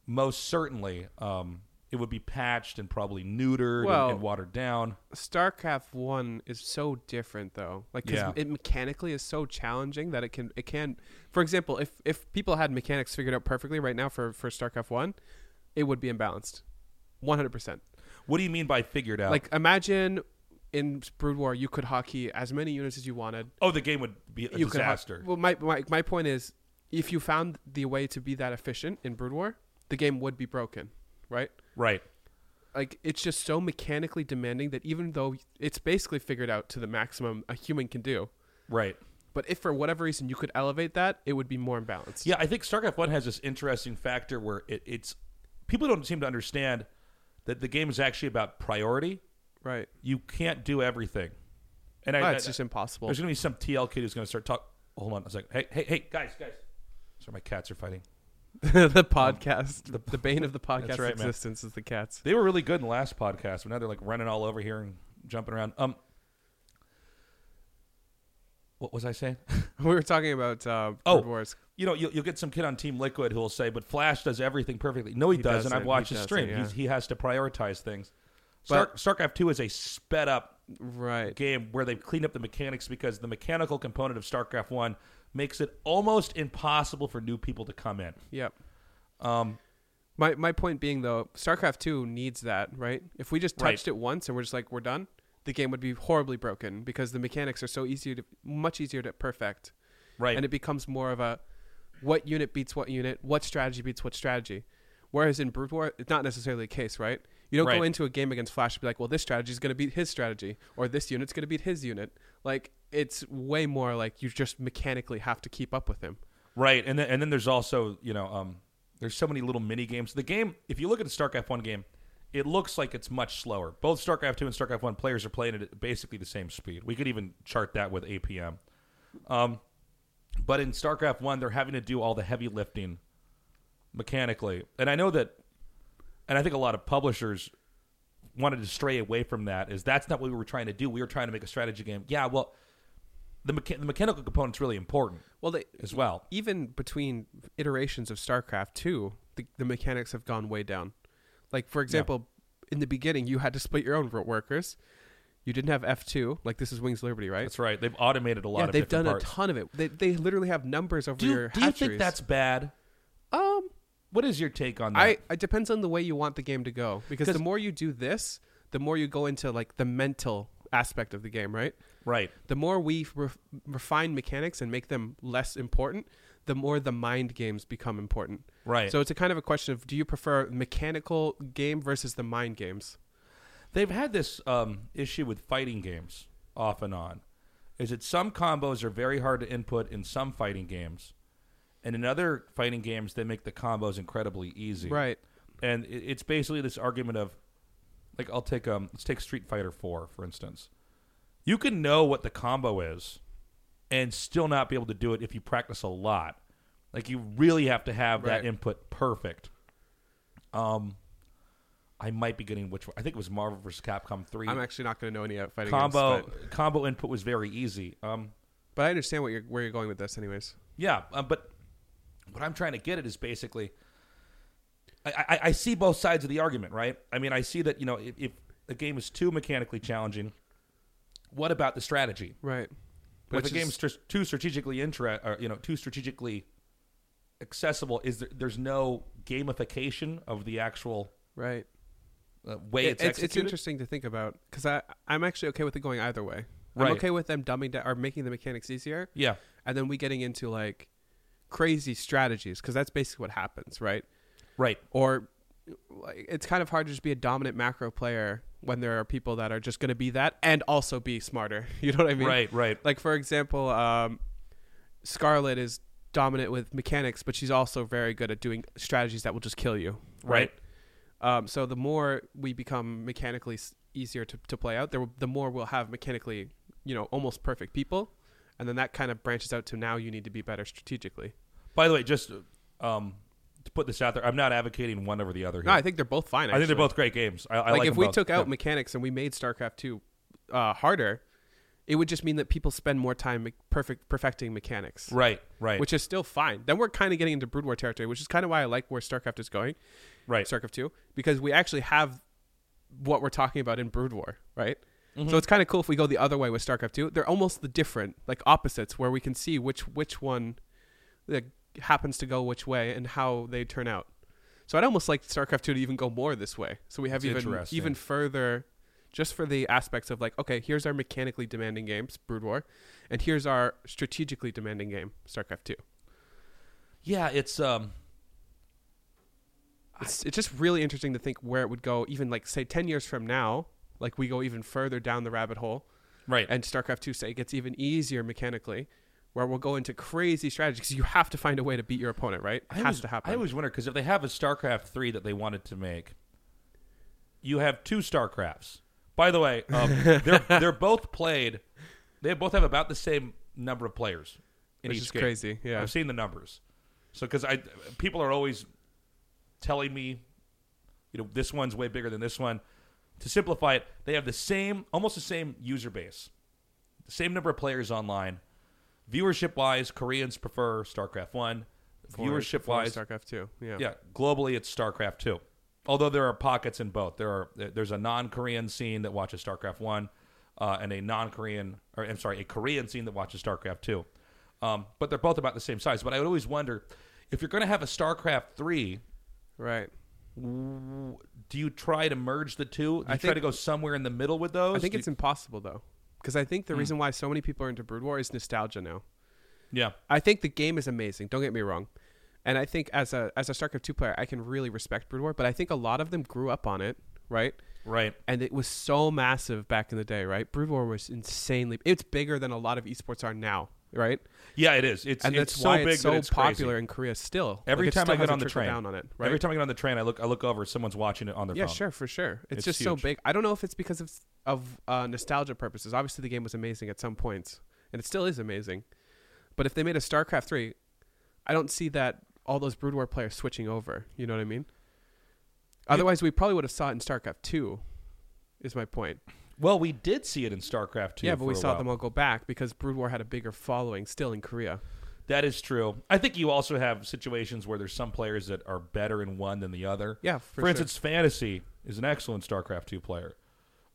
most certainly um, it would be patched and probably neutered and- Well- and, watered down. StarCraft One is so different though. Like 'cause Yeah. it mechanically is so challenging that it can it can. For example, if if people had mechanics figured out perfectly right now for for StarCraft One, it would be imbalanced, one hundred percent. Oh. What do you mean by figured out? Like imagine in Brood War, you could hotkey as many units as you wanted. Oh, the game would be a you could hock- disaster. well, my, my my point is, if you found the way to be that efficient in Brood War, the game would be broken, right? right. Like it's just so mechanically demanding that even though it's basically figured out to the maximum a human can do, Right. but if for whatever reason you could elevate that, it would be more imbalanced. Yeah, I think StarCraft One has this interesting factor where it, it's people don't seem to understand that the game is actually about priority. right. You can't do everything, and I, Ah, I- it's just impossible. there's going to be some TL kid who's going to start talking. Hold on a second. Hey, hey, hey, guys, guys. Sorry, my cats are fighting. the podcast, the, the bane of the podcast Um, right, man. existence is the cats. They were really good in the last podcast, but now they're like running all over here and jumping around. Um, what was I saying? We were talking about uh, Oh. Brood Wars. you know, you'll, you'll get some kid on Team Liquid who will say, "But Flash does everything perfectly." No, he, He doesn't. I've doesn't. watched He his doesn't, stream. He's, he has to prioritize things. But- Star, StarCraft Two is a sped up Right. game where they've cleaned up the mechanics because the mechanical component of StarCraft One makes it almost impossible for new people to come in. Yep. Um, My my point being though, StarCraft two needs that, right? If we just Right. touched it once and we're just like we're done, the game would be horribly broken because the mechanics are so easy to much easier to perfect, right. and it becomes more of a what unit beats what unit, what strategy beats what strategy. Whereas in Brood War, it's not necessarily the case, right? You don't Right. go into a game against Flash and be like, well, this strategy is going to beat his strategy, or this unit's going to beat his unit. Like it's way more like you just mechanically have to keep up with him. Right, and then and then there's also you know um, there's so many little mini games. The game, if you look at the StarCraft One game, it looks like it's much slower. Both StarCraft Two and StarCraft One players are playing it at basically the same speed. We could even chart that with APM. Um, but in StarCraft One, they're having to do all the heavy lifting mechanically, and I know that, and I think a lot of publishers wanted to stray away from that. Is that's not what we were trying to do? We were trying to make a strategy game. Yeah, well, the mecha- the mechanical component's really important Well, they, as well. even between iterations of StarCraft 2, the, the mechanics have gone way down. Like, for example, in the beginning, you had to split your own ro- workers. You didn't have F2. Like, this is Wings of Liberty, right? That's right. They've automated a lot yeah, of they've different done parts. a ton of it. They, they literally have numbers over do your you, do you think hatcheries. that's bad? Um, What is your take on that? I, it depends on the way you want the game to go. Because 'Cause- the more you do this, the more you go into, like, the mental aspect of the game, right? right. The more we re- refine mechanics and make them less important, the more the mind games become important. Right. So it's a kind of a question of do you prefer mechanical game versus the mind games? They've had this um, issue with fighting games off and on. Is that some combos are very hard to input in some fighting games, and in other fighting games they make the combos incredibly easy. Right. And it, it's basically this argument of, like, I'll take um, let's take Street Fighter Four for instance. You can know what the combo is, and still not be able to do it if you practice a lot. Like you really have to have Right. that input perfect. Um, I might be getting which one. I think it was Marvel vs. Capcom three. I'm actually not going to know any uh, fighting combo games, but, combo input was very easy. Um, but I understand what you're, where you're going with this, anyways. yeah, um, but what I'm trying to get at is basically, I, I, I see both sides of the argument, right? I mean, I see that you know if, if the game is too mechanically challenging, what about the strategy? Right. But Which if a game's is- tr- too strategically intra, or, you know, too strategically accessible, is there, there's no gamification of the actual right. uh, way It- it's, it's, executed. interesting to think about because I I'm actually okay with it going either way. Right. I'm okay with them dumbing down or making the mechanics easier, Yeah, and then we getting into like crazy strategies because that's basically what happens, right? right. or like, it's kind of hard to just be a dominant macro player when there are people that are just going to be that and also be smarter. You know what I mean? Right, right. Like for example, um, Scarlet is dominant with mechanics, but she's also very good at doing strategies that will just kill you. Right. Um, so the more we become mechanically s- easier to, to play out, there will, the more we'll have mechanically, you know, almost perfect people, and then that kind of branches out to now you need to be better strategically. By the way, just um, to put this out there, I'm not advocating one over the other. Here. No, I think they're both fine. I think they're actually. both great games. I, I like, like if them we both. took out Yeah. mechanics and we made StarCraft two uh, harder, it would just mean that people spend more time me- perfect perfecting mechanics, right, right, which is still fine. Then we're kind of getting into Brood War territory, which is kind of why I like where StarCraft is going, right, StarCraft two, because we actually have what we're talking about in Brood War, right? Mm-hmm. So it's kind of cool if we go the other way with StarCraft two. They're almost the different, like opposites, where we can see which which one like, happens to go which way and how they turn out. So I'd almost like StarCraft two to even go more this way. So we have That's even interesting. even further just for the aspects of like, okay, here's our mechanically demanding games, Brood War, and here's our strategically demanding game, StarCraft Two. Yeah, it's um It's it's just really interesting to think where it would go, even like say ten years from now, like we go even further down the rabbit hole, right. and StarCraft Two say it gets even easier mechanically, where we'll go into crazy strategies. You have to find a way to beat your opponent, right? It I has always, to happen. I always wonder because if they have a StarCraft three that they wanted to make, you have two StarCrafts. By the way, um, they're they're both played. They both have about the same number of players in Which each is game. crazy, yeah. I've seen the numbers. So because I people are always telling me, you know, this one's way bigger than this one. To simplify it, they have the same, almost the same user base, the same number of players online. Viewership wise, Koreans prefer StarCraft One. For- Viewership for wise, StarCraft Two. Yeah. yeah, globally it's StarCraft 2. Although there are pockets in both. There are there's a non-Korean scene that watches StarCraft 1 uh, and a non-Korean or I'm sorry, a Korean scene that watches StarCraft 2. Um, but they're both about the same size, but I would always wonder if you're going to have a StarCraft 3 Right. w- do you try to merge the two? Do you I try think- to go somewhere in the Hmm. middle with those? I think Do it's impossible though, because I think the reason why so many people are into Brood War is nostalgia now. you- yeah. I think the game is amazing. Don't get me wrong, and I think as a as a StarCraft two player, I can really respect Brood War. But I think a lot of them grew up on it, right? Right. And it was so massive back in the day, right? Brood War was insanely. It's bigger than a lot of esports are now, right? Yeah, it is. It's And it's that's so why big it's so that it's crazy. popular in Korea still. Every Like, it time still I get hasn't on the trickled train, down on it, right? every time I get on the train, I look I look over, someone's watching it on their Yeah, phone. sure, for sure. It's, Um, It's just so huge. big. I don't know if it's because of of uh, nostalgia purposes. Obviously, the game was amazing at some points, and it still is amazing. But if they made a StarCraft three, I don't see that all those Brood War players switching over. You know what I mean? Otherwise, we probably would have saw it in StarCraft two. Is my point? Well, we did see it in StarCraft 2. yeah, but for we a saw while. them all go back because Brood War had a bigger following still in Korea. That is true. I think you also have situations where there's some players that are better in one than the other. Yeah, For, for, sure. instance, Fantasy is an excellent StarCraft two player,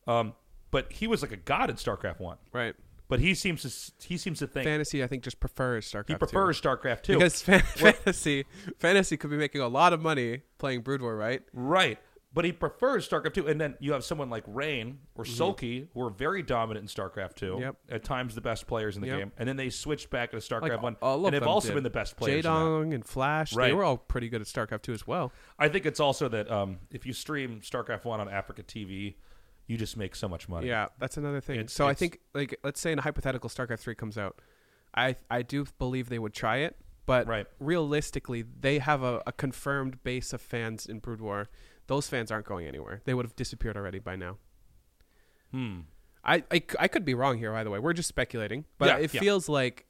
um, but he was like a god in StarCraft one. right? But he seems to s- he seems to think Fantasy, I think, just prefers StarCraft. he 2. prefers StarCraft two. because fan- fantasy, fantasy could be making a lot of money playing Brood War, right? right. But he prefers StarCraft two, and then you have someone like Rain or Sulky who are very dominant in StarCraft two. Mm-hmm. Yep. At times, the best players in the Yep. game, and then they switched back to StarCraft like one, all of and they've them also did. been the best players. in that. Jadong and Flash, they Right. were all pretty good at StarCraft 2 as well. I think it's also that um, if you stream StarCraft One on Africa TV, you just make so much money. Yeah, that's another thing. It's- so I it's- think, like, let's say in a hypothetical StarCraft 3 comes out, I I do believe they would try it, but Right. realistically, they have a, a confirmed base of fans in Brood War. Those fans aren't going anywhere. They would have disappeared already by now. Hmm. I, I, c- I could be wrong here, by the way. We're just speculating, but Yeah, it yeah. feels like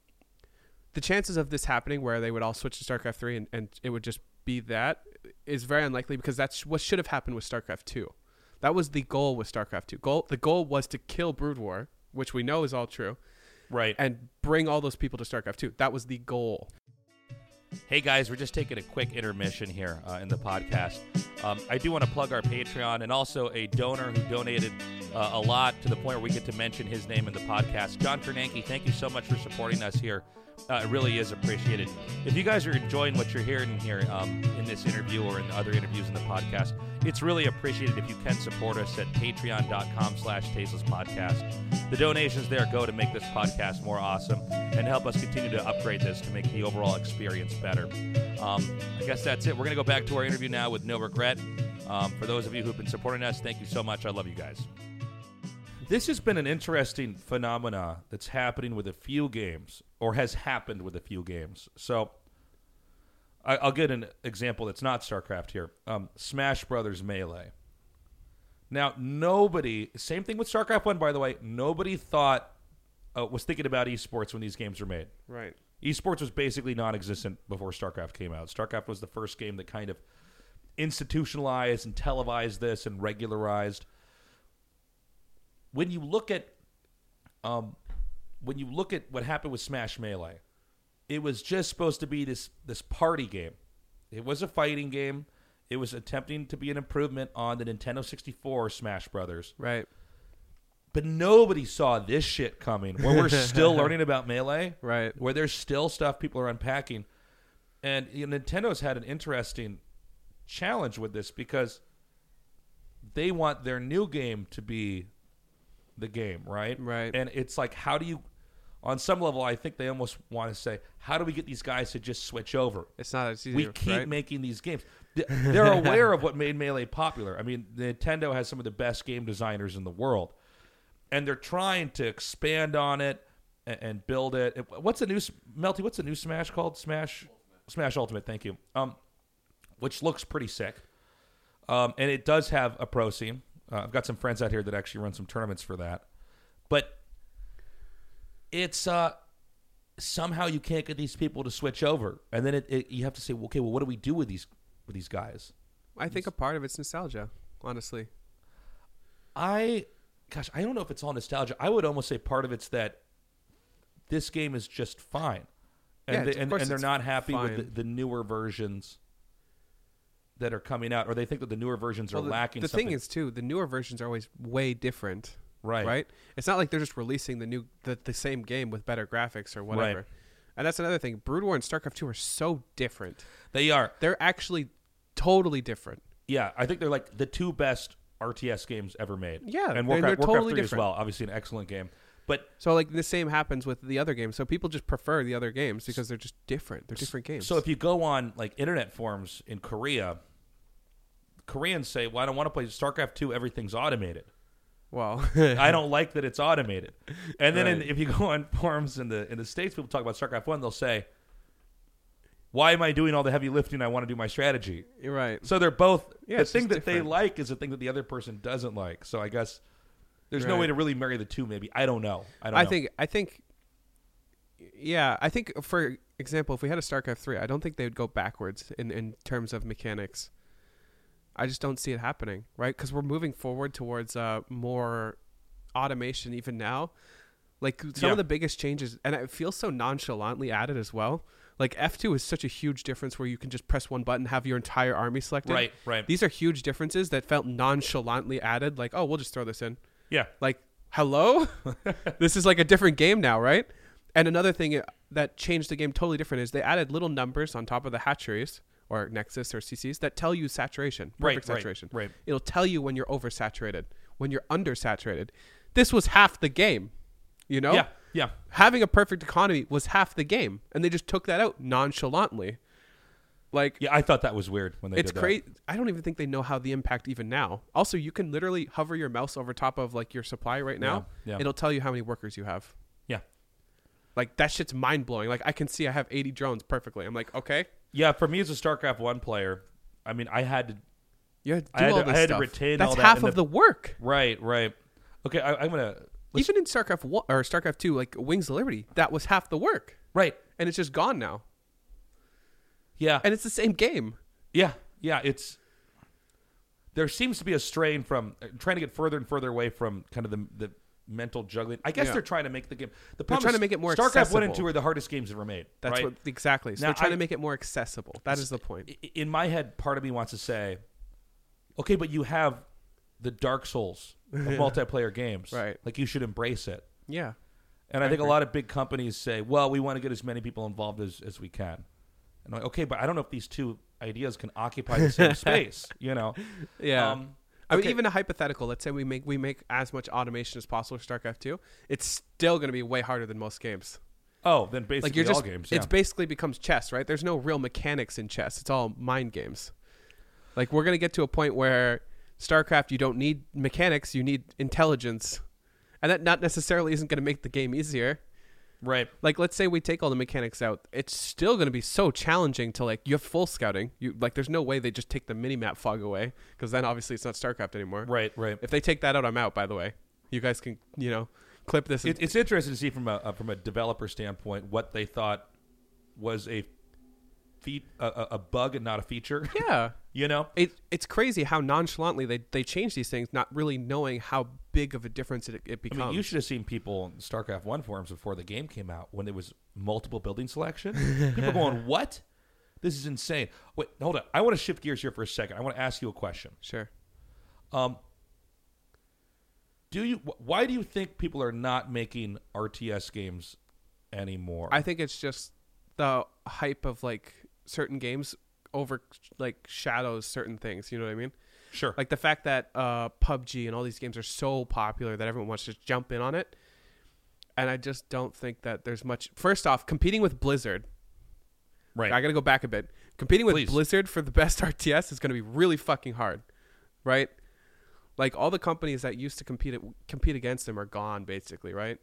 the chances of this happening, where they would all switch to StarCraft three and, and it would just be that, is very unlikely because that's what should have happened with StarCraft two. That was the goal with StarCraft two. Goal the goal was to kill Brood War, which we know is all true, Right. and bring all those people to StarCraft two. That was the goal. Hey guys, we're just taking a quick intermission here uh, in the podcast. Um, I do want to plug our Patreon and also a donor who donated uh, a lot to the point where we get to mention his name in the podcast. John Kernanke, thank you so much for supporting us here. Uh, it really is appreciated. If you guys are enjoying what you're hearing here um, in this interview or in other interviews in the podcast, it's really appreciated if you can support us at patreon.com slash tastelesspodcast. The donations there go to make this podcast more awesome and help us continue to upgrade this to make the overall experience better. Um, I guess that's it. We're going to go back to our interview now with No Regret. Um, for those of you who've been supporting us, thank you so much. I love you guys. This has been an interesting phenomena that's happening with a few games, or has happened with a few games. So I, I'll get an example that's not StarCraft here. Um, Smash Brothers Melee. Now, nobody, same thing with StarCraft 1, by the way, nobody thought, uh, was thinking about esports when these games were made. Right. Esports was basically non existent before StarCraft came out. StarCraft was the first game that kind of institutionalized and televised this and regularized. When you look at um, when you look at what happened with Smash Melee, it was just supposed to be this this party game. It was a fighting game. It was attempting to be an improvement on the Nintendo 64 Smash Brothers. Right. But nobody saw this shit coming. Where we're still learning about Melee Right. where there's still stuff people are unpacking. And you know, Nintendo's had an interesting challenge with this because they want their new game to be the game, right? Right. And it's like, how do you? On some level, I think they almost want to say, how do we get these guys to just switch over? It's not as easy. we keep right? making these games. Th- They're aware of what made Melee popular. I mean, Nintendo has some of the best game designers in the world, and they're trying to expand on it and, and build it. And What's the new S- Melty? What's the new Smash called? Smash, Smash Ultimate. Thank you. Um, which looks pretty sick. Um, and it does have a pro scene. Uh, I've got some friends out here that actually run some tournaments for that, but it's uh somehow you can't get these people to switch over, and then it, it you have to say, well, okay, well, what do we do with these with these guys? I think a part of it's nostalgia, honestly. I, gosh, I don't know if it's all nostalgia. I would almost say part of it's that this game is just fine, and Yeah, they, of and, course and they're it's not happy with fine. the, the newer versions that are coming out, or they think that the newer versions are Well, the, lacking. the something. thing is too, the newer versions are always way different. Right. Right. It's not like they're just releasing the new the, the same game with better graphics or whatever. And that's another thing. Brood War and StarCraft Two are so different. they are. They're actually totally different. Yeah, I think they're like the two best RTS games ever made. Yeah, and and Warcraft, they're Warcraft totally 3 as different. well. Obviously, an excellent game, but So like the same happens with the other games. So people just prefer the other games because they're just different. They're different games. So if you go on like internet forums in Korea, Koreans say, "Well, I don't want to play StarCraft two. Everything's automated. well, I don't like that it's automated." And then in, Right. if you go on forums in the in the states, people talk about StarCraft one. They'll say, "Why am I doing all the heavy lifting? I want to do my strategy." you're right. So they're both Yeah, the it's thing that just they different. like is the thing that the other person doesn't like. So I guess there's no Right. way to really marry the two. Maybe I don't know. I don't. I know. think I think yeah, I think for example, if we had a StarCraft 3, I don't think they would go backwards in in terms of mechanics. I just don't see it happening, right? Cuz we're moving forward towards uh more automation even now. Like some Yeah. of the biggest changes and it feels so nonchalantly added as well. Like F2 is such a huge difference where you can just press one button, have your entire army selected. Right, right. These are huge differences that felt nonchalantly added like, oh, we'll just throw this in yeah. like hello this is like a different game now right and another thing uh, that changed the game totally different is they added little numbers on top of the hatcheries or nexus or ccs that tell you saturation Right, perfect right, saturation right. it'll tell you when you're oversaturated when you're undersaturated this was half the game you know Yeah. Yeah. having a perfect economy was half the game and they just took that out nonchalantly like Yeah. I thought that was weird when they it's did that. crazy. I don't even think they know how the impact even now. Also, you can literally hover your mouse over top of like your supply right now. Yeah, yeah. It'll tell you how many workers you have. Yeah. Like that shit's mind blowing. Like I can see I have 80 drones perfectly. I'm like, okay, Yeah, for me as a StarCraft one player, I mean, I had to. you had to I do had all to- this I had to stuff. retain That's all that half and of the- the, work. Right, right. Okay, I, I'm gonna. let's- Even in StarCraft one or StarCraft two, like Wings of Liberty, that was half the work, right. and it's just gone now. Yeah. And it's the same game. yeah. Yeah. It's. There seems to be a strain from uh, trying to get further and further away from kind of the the mental juggling. I guess Yeah. they're trying to make the game. The problem trying is to make it more StarCraft one and accessible. two are the hardest games ever made. That's right? what exactly. So Now, they're trying I- to make it more accessible. That is the point. I- in my head, part of me wants to say, okay, but you have the Dark Souls of multiplayer games, Right. Like you should embrace it. yeah. And I, think a lot of big companies say, well, we want to get as many people involved as, as we can. And I'm like, okay, but I don't know if these two ideas can occupy the same space, you know? Yeah. Um, I mean, okay. even a hypothetical. Let's say we make we make as much automation as possible for StarCraft Two. It's still going to be way harder than most games. Oh, then basically Like you're all just, games. it's yeah. basically becomes chess, right? There's no real mechanics in chess. It's all mind games. Like we're going to get to a point where StarCraft, you don't need mechanics, you need intelligence, and that not necessarily isn't going to make the game easier. right. Like let's say we take all the mechanics out, it's still going to be so challenging to like you have full scouting. You like there's no way they just take the mini map fog away because then obviously it's not StarCraft anymore. Right, right. If they take that out, I'm out. By the way, you guys can you know clip this. And, It, it's interesting to see from a, uh, from a developer standpoint what they thought was a, fe- a, a a bug and not a feature, yeah, you know? it it's crazy how nonchalantly they they change these things, not really knowing how big of a difference it it I becomes. mean, you should have seen people in StarCraft One forums before the game came out when it was multiple building selection. people going, "What? This is insane!" Wait, hold on. I want to shift gears here for a second. I want to ask you a question. sure. Um, do you? wh- Why do you think people are not making RTS games anymore? I think it's just the hype of like certain games over like shadows certain things. You know what I mean? Sure. Like the fact that uh, PUBG and all these games are so popular that everyone wants to just jump in on it. And I just don't think that there's much. First off, competing with Blizzard, right. I got to go back a bit. Competing with Please. Blizzard for the best RTS is going to be really fucking hard, right? Like all the companies that used to compete compete against them are gone, basically, right?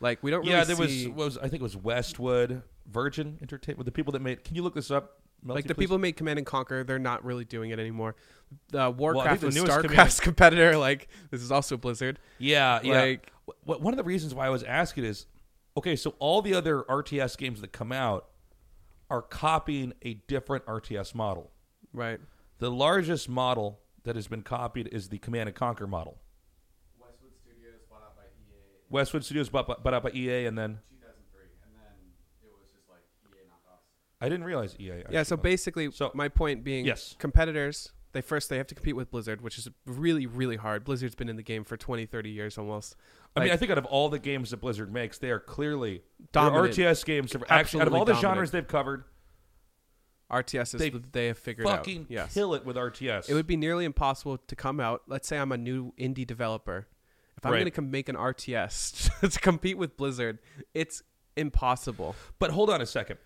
Like we don't really yeah, there was see- what was I think it was Westwood Virgin Entertainment with the people that made. Can you look this up? Melty, like the please? people who made Command and Conquer, they're not really doing it anymore. Uh, I think Warcraft the was newest Starcraft's Command- competitor. Like this is also Blizzard. Yeah, yeah. Like- Wh- wh- one of the reasons why I was asking is, okay, so all the other RTS games that come out are copying a different RTS model. Right. The largest model that has been copied is the Command and Conquer model. Westwood Studios bought out by EA in Westwood Studios bought, bought bought out by EA, and then 2003, and then it was just like EA knockoffs. I didn't realize EA. Yeah, so actually- basically So- my point being Yes. competitors, they first they have to compete with Blizzard, which is really really hard. Blizzard's been in the game for 20, 30 years almost. I mean, like- I think out of all the games that Blizzard makes, they are clearly their Dominant. RTS games. Have actually, out of Absolutely all the dominant. genres they've covered, RTS is They they, they have figured fucking out. Yes. kill it with RTS. It would be nearly impossible to come out. Let's say I'm a new indie developer. If I'm Right. going to com- make an RTS to compete with Blizzard, it's impossible. But hold on a second.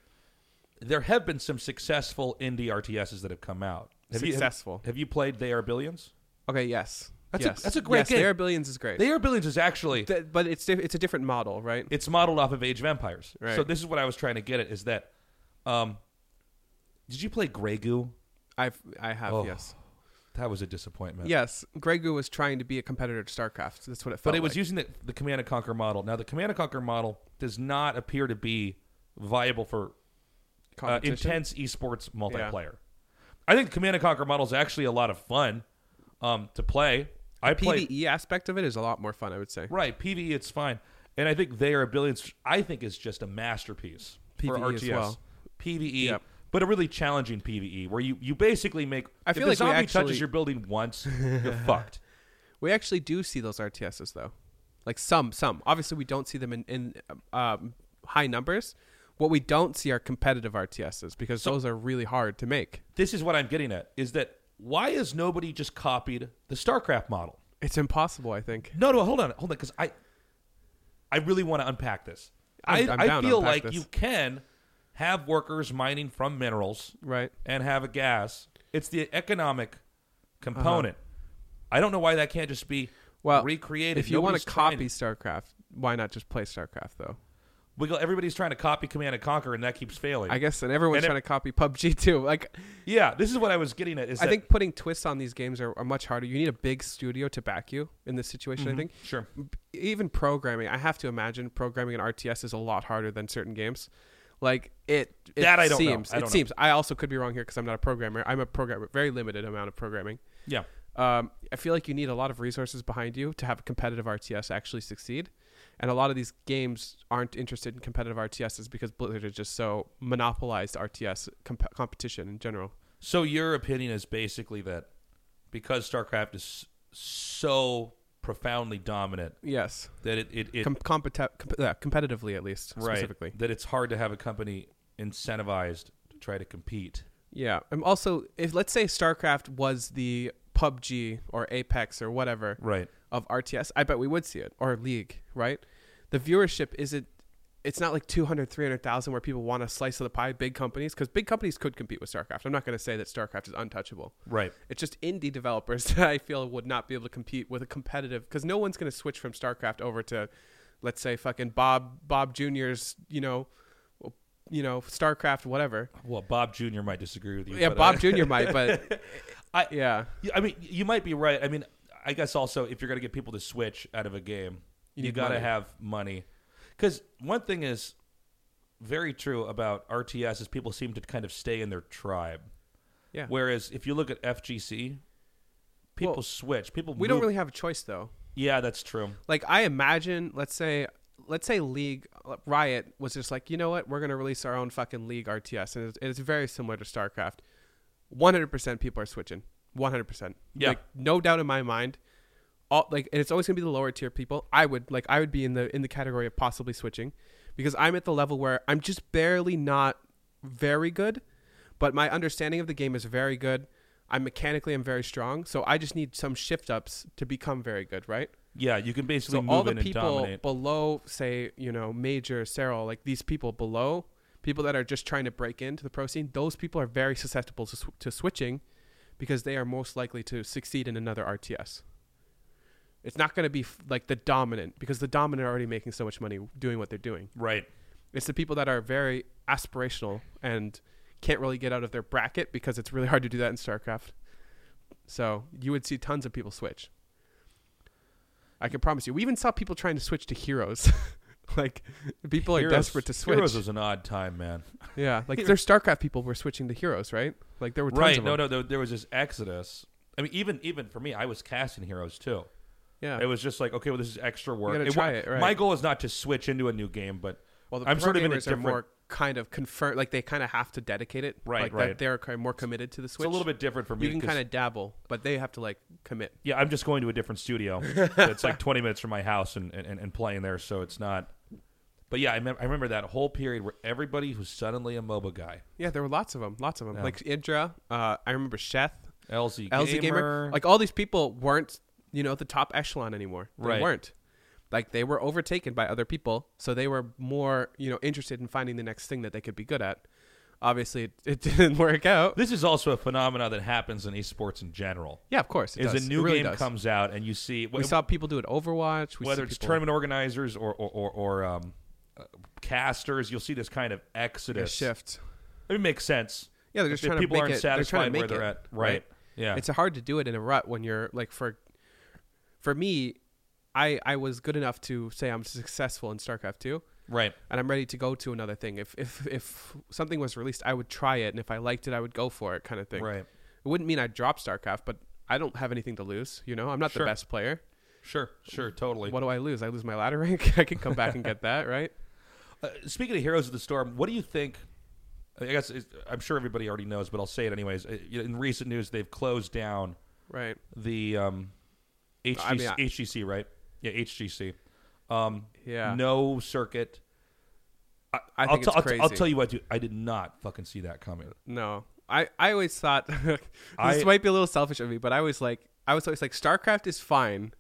There have been some successful indie RTSs that have come out. Have you- have- Successful. have, you played They Are Billions? Okay, yes. That's a- yes. that's a great yes, game. They Are Billions is great. They Are Billions is actually Th- but it's di- it's a different model, right? it's modeled off of Age of Empires. Right. So this is what I was trying to get at is that um did you play Grey Goo? I've I have Oh. yes. That was a disappointment. Yes, Gregu was trying to be a competitor to StarCraft. That's what it felt But it was like. using the, the Command and Conquer model. Now the Command and Conquer model does not appear to be viable for uh, Competition. intense esports multiplayer. I think the Command and Conquer model is actually a lot of fun um, to play. I played PvE E aspect of it is a lot more fun, I would say. Right, PVE, it's fine, and I think they are a billion. I think is just a masterpiece for PvE RTS. E as well. PVE, Yep. E, but a really challenging PVE where you, you basically make. I if feel the like we zombie actually- touches your building once, you're fucked. We actually do see those RTSs though, like some some. Obviously, we don't see them in in um, high numbers. What we don't see are competitive RTSs because those are really hard to make. This is what I'm getting at: is that why is nobody just copied the StarCraft model? It's impossible, I think. No, no, hold on, hold on, because I, I really want to unpack this. I'm- I- I'm I down to feel unpack like this. you can have workers mining from minerals, Right? and have a gas. It's the economic component. I don't know why that can't just be Uh-huh. Well, recreated. If you want Nobody's to copy trying- StarCraft, why not just play StarCraft though? we go, everybody's trying to copy Command and Conquer, and that keeps failing. I guess, and And everyone's it- trying to copy PUBG too. Like, yeah, this is what I was getting at. Is I that- think putting twists on these games are, are much harder. You need a big studio to back you in this situation. I think. Mm-hmm. sure. even programming, I have to imagine programming an RTS is a lot harder than certain games. Like it, it That I don't know. seems. I it don't know. seems. I also could be wrong here because I'm not a programmer. I'm a programmer, very limited amount of programming. Yeah, Um, I feel like you need a lot of resources behind you to have a competitive RTS actually succeed, and a lot of these games aren't interested in competitive RTSs because Blizzard is just so monopolized RTS comp- competition in general. So your opinion is basically that because StarCraft is so profoundly dominant Yes, that it it, it Com- competi- comp- uh, competitively at least right, specifically. that it's hard to have a company incentivized to try to compete. Yeah. I'm also if let's say StarCraft was the PUBG or Apex or whatever Right. of RTS, I bet we would see it or League, right? The viewership isn't it's not like 200 300,000 where people want a slice of the pie big companies cuz big companies could compete with StarCraft. I'm not going to say that StarCraft is untouchable. Right. It's just indie developers that I feel would not be able to compete with a competitive cuz no one's going to switch from StarCraft over to let's say fucking Bob Bob Junior's, you know, you know, StarCraft whatever. Well, Bob Jr. might disagree with you. Yeah, but uh, Bob I- Jr. might, but I- yeah, Yeah, I mean, you might be right. I mean, I guess also if you're going to get people to switch out of a game, you, You need got to money. have money. Because one thing is very true about RTS is people seem to kind of stay in their tribe. yeah. Whereas if you look at FGC, people Well, switch. People we don't move- really have a choice though. Yeah, that's true. Like I imagine, let's say, let's say League Riot was just like, you know what, we're gonna release our own fucking League RTS, and it's, it's very similar to StarCraft. One hundred percent people are switching. One hundred percent. Yeah. Like no doubt in my mind. All like, and it's always gonna be the lower tier people. I would like, I would be in the in the category of possibly switching, because I'm at the level where I'm just barely not very good, But my understanding of the game is very good. I mechanically am very strong, so I just need some shift ups to become very good, right? Yeah, you can basically So move all the in and people dominate. below, say, you know, Major, Serral, like these people below, people that are just trying to break into the pro scene, those people are very susceptible to, sw- to switching because they are most likely to succeed in another RTS. It's not going to be f- like the dominant because the dominant are already making so much money doing what they're doing. Right. It's the people that are very aspirational and can't really get out of their bracket because it's really hard to do that in StarCraft. So you would see tons of people switch. I can promise you. We even saw people trying to switch to heroes. like people Heroes- are desperate to switch. Heroes was an odd time, man. yeah, like their StarCraft people were switching to heroes, right? Like there were tons Right. of No, them. no, there, there was this exodus. I mean, even even for me, I was casting heroes too. Yeah. It was just like, okay, well, this is extra work. gotta wa- try it, right. My goal is not to switch into a new game, but well, the I'm sort of in a programmers different. are more kind of confirmed. Like they kind of have to dedicate it. Right, Like right. That they're kind of more committed to the it's switch. a little bit different for me. You can 'cause- kind of dabble, but they have to like commit. yeah, I'm just going to a different studio. that's like 20 minutes from my house and, and, and playing there, so it's not. But yeah, I, mem- I remember that whole period where everybody was suddenly a MOBA guy. Yeah, there were lots of them. Lots of them. Yeah. Like Indra. Uh, I remember Sheth, LZ, LZ Gamer. Like all these people weren't, you know, at the top echelon anymore. They Right. weren't. Like they were overtaken by other people, so they were more, you know, interested in finding the next thing that they could be good at. Obviously, it, it didn't work out. this is also a phenomenon that happens in esports in general. Yeah, of course. It Is does. a It new really game does. comes out and you see We saw people do it Overwatch. We whether see it's people- tournament organizers or or, or, or um, uh, casters, you'll see this kind of a exodus. shift. It makes sense. Yeah, they're If just the trying people to make aren't it. satisfied they're trying to where make they're it, at. Right. Yeah. It's hard to do it in a rut when you're like for for me, I I was good enough to say I'm successful in StarCraft 2 right. and I'm ready to go to another thing. If if if something was released, I would try it and if I liked it, I would go for it kind of thing. Right. It wouldn't mean I'd drop StarCraft, but I don't have anything to lose, you know? I'm not Sure. the best player. Sure. Sure. Totally. What do I lose? I lose my ladder rank. I could come back and get that, right? Uh, speaking of Heroes of the Storm, what do you think? I guess it's, I'm sure everybody already knows, but I'll say it anyways. Uh, you know, In recent news, they've closed down Right. the um, HGC, I mean, I- HGC, right? Yeah, HGC. Um, Yeah. No circuit. I, I will think it's I'll, t- I'll crazy. tell you what, dude. I did not fucking see that coming. No. I, I always thought this I- might be a little selfish of me, but I was like I was always like StarCraft is fine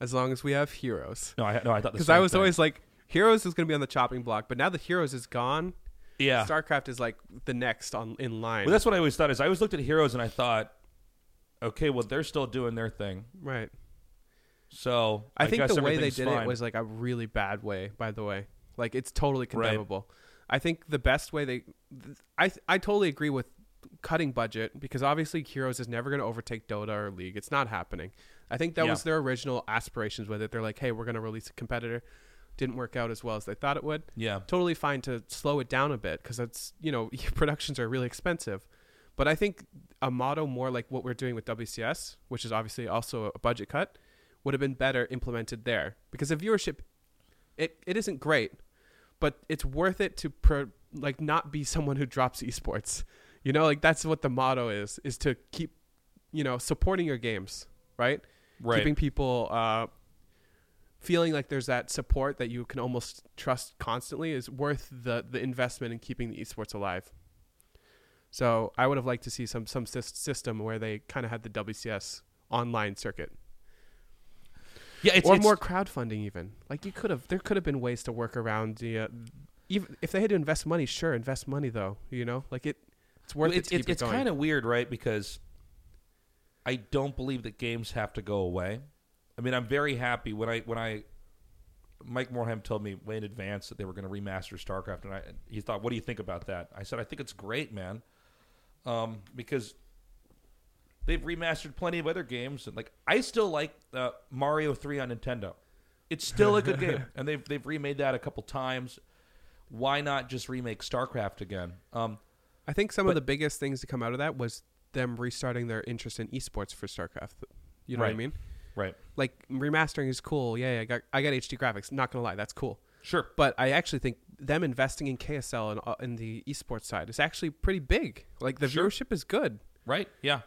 as long as we have heroes. No, I no, I thought the Because same I was thing. always like Heroes is going to be on the chopping block, but now that Heroes is gone, yeah. StarCraft is like the next on in line. Well, that's what I always thought. Is I always looked at Heroes and I thought, okay, well they're still doing their thing, right. so I, think guess the way they everything's did fine. it was like a really bad way. By the way, like it's totally condemnable. I think the best way they, th- I I totally agree with cutting budget because obviously Heroes is never going to overtake Dota or League. It's not happening. I think that Yeah. was their original aspirations with it. They're like, hey, we're going to release a competitor. Didn't work out as well as they thought it would. yeah, totally fine to slow it down a bit because that's you know productions are really expensive but i think a motto more like what we're doing with wcs which is obviously also a budget cut would have been better implemented there because the viewership it, it isn't great but it's worth it to pro, like not be someone who drops esports you know like that's what the motto is is to keep you know supporting your games right right. keeping people uh, feeling like there's that support that you can almost trust constantly is worth the the investment in keeping the esports alive. So I would have liked to see some some sys- system where they kind of had the WCS online circuit yeah, it's, or it's- more crowdfunding even. Like you could have there could have been ways to work around the uh, even if they had to invest money, sure, invest money though, you know? Like it it's worth it, it's to keep it it's going. kind of weird, right? Because I don't believe that games have to go away. I mean, I'm very happy when I when I Mike Morham told me way in advance that they were going to remaster StarCraft, and I he thought, "What do you think about that?" I said, "I think it's great, man," um, because they've remastered plenty of other games, and like I still like uh, Mario Three on Nintendo. It's still a good game, and they've they've remade that a couple times. Why not just remake StarCraft again? Um, I think some of the biggest things to come out of that was them restarting their interest in esports for StarCraft. You know what Right. I mean? right? Like remastering is cool. Yeah, yeah, I got I got HD graphics. Not gonna lie, that's cool. Sure. But I actually think them investing in KSL and uh, in the esports side is actually pretty big. Like the Sure. viewership is good. Right. Yeah.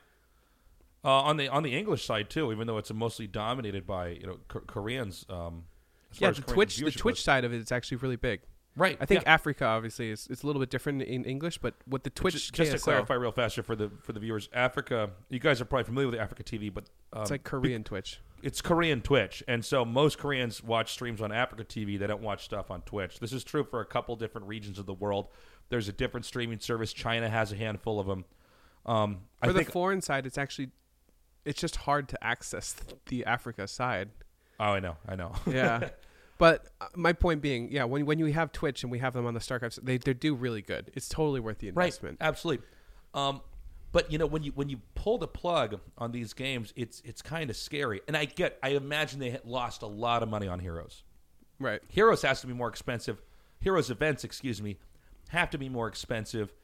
Uh, on the on the English side too, even though it's mostly dominated by you know K- Koreans. Um, as far yeah, as the Korean Twitch the viewership Twitch goes. side of it is actually really big. Right. I think yeah. Africa obviously is it's a little bit different in English, but with the Twitch just, just to KSL, clarify real faster for the for the viewers, Africa. You guys are probably familiar with Africa TV, but um, it's like Korean Twitch. it's Korean Twitch, and so most Koreans watch streams on Africa TV. They don't watch stuff on Twitch. This is true for a couple different regions of the world. There's a different streaming service. China has a handful of them. Um, I For the think. foreign side, it's actually it's just hard to access the Africa side. oh, I know, I know. Yeah. But uh, my point being, yeah, when when you have Twitch and we have them on the StarCraft, they they do really good. It's totally worth the investment. Right, absolutely. Um, but you know when you when you pull the plug on these games, it's it's kind of scary. And I get, I imagine they had lost a lot of money on Heroes. Right. Heroes has to be more expensive. Heroes events, excuse me, have to be more expensive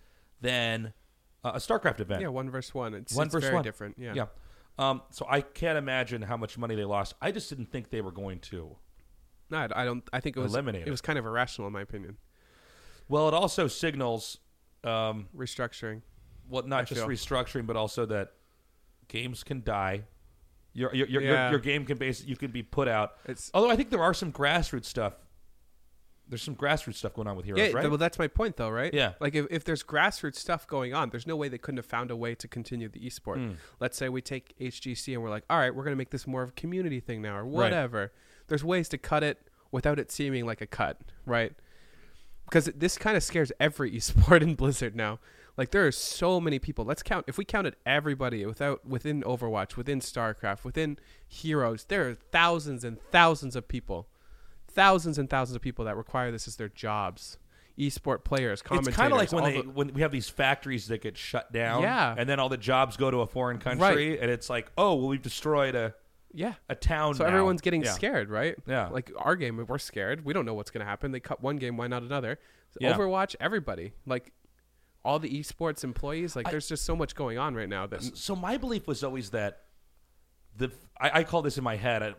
than uh, a StarCraft event. Yeah, one versus one. It's, one it's versus very one. different. Yeah. yeah. Um, so I can't imagine how much money they lost. I just didn't think they were going to. No, I- I don't. I think it was Eliminate It it. was kind of irrational, in my opinion. Well, it also signals, um, Restructuring. well, not I just feel. restructuring, but also that games can die. Your your your, Yeah. your, your game can base you can be put out. It's Although I think there are some grassroots stuff. There's some grassroots stuff going on with heroes, yeah. right? Well, that's my point, though, right? Yeah. Like if, if there's grassroots stuff going on, there's no way they couldn't have found a way to continue the esport. Hmm. Let's say we take HGC and we're like, all right, we're gonna make this more of a community thing now, or whatever. There's ways to cut it without it seeming like a cut, right? Because this kind of scares every esport in Blizzard now. Like there are so many people. Let's count. If we counted everybody without within Overwatch, within StarCraft, within Heroes, there are thousands and thousands of people, thousands and thousands of people that require this as their jobs. Esport players, commentators. it's kind of like when all they the- when we have these factories that get shut down, Yeah. and then all the jobs go to a foreign country, and it's like, oh, well, we've destroyed a, yeah. a town. So now. everyone's getting Yeah. scared, right? Yeah. Like our game, we're scared. We don't know what's going to happen. They cut one game, why not another? Yeah. Overwatch, everybody, like all the esports employees, like there's just so much going on right now that So my belief was always that the I, I call this in my head, I,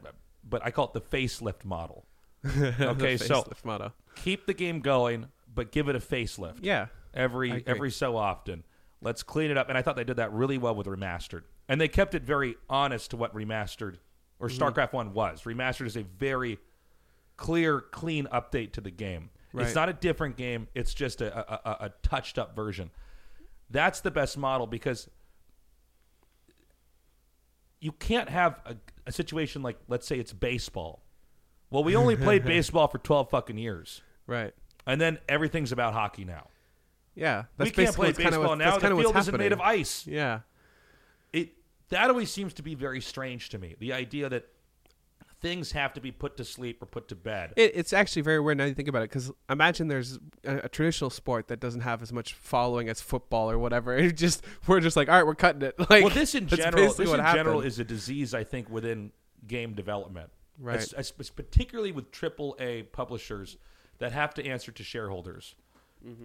but I call it the facelift model. Okay, the so facelift motto. keep the game going, but give it a facelift. Yeah. I every agree. every so often. Let's clean it up. And I thought they did that really well with remastered. And they kept it very honest to what remastered or Mm-hmm. StarCraft One was. Remastered is a very clear, clean update to the game. Right. It's not a different game. It's just a, a, a, a touched up version. That's the best model because you can't have a, a situation like let's say it's baseball. Well, we only played baseball for twelve fucking years, Right. and then everything's about hockey now Yeah. That's we can't basically play what's kinda baseball what's- now. That's kind The of what's field happening. isn't made of ice. Yeah. It that always seems to be very strange to me. The idea that things have to be put to sleep or put to bed. It, it's actually very weird now you think about it because imagine there's a, a traditional sport that doesn't have as much following as football or whatever. It just we're just like, all right, we're cutting it. Like, well, this in that's general, basically this what in general happened. is a disease I think within game development, Right. It's- it's- it's particularly with AAA publishers that have to answer to shareholders,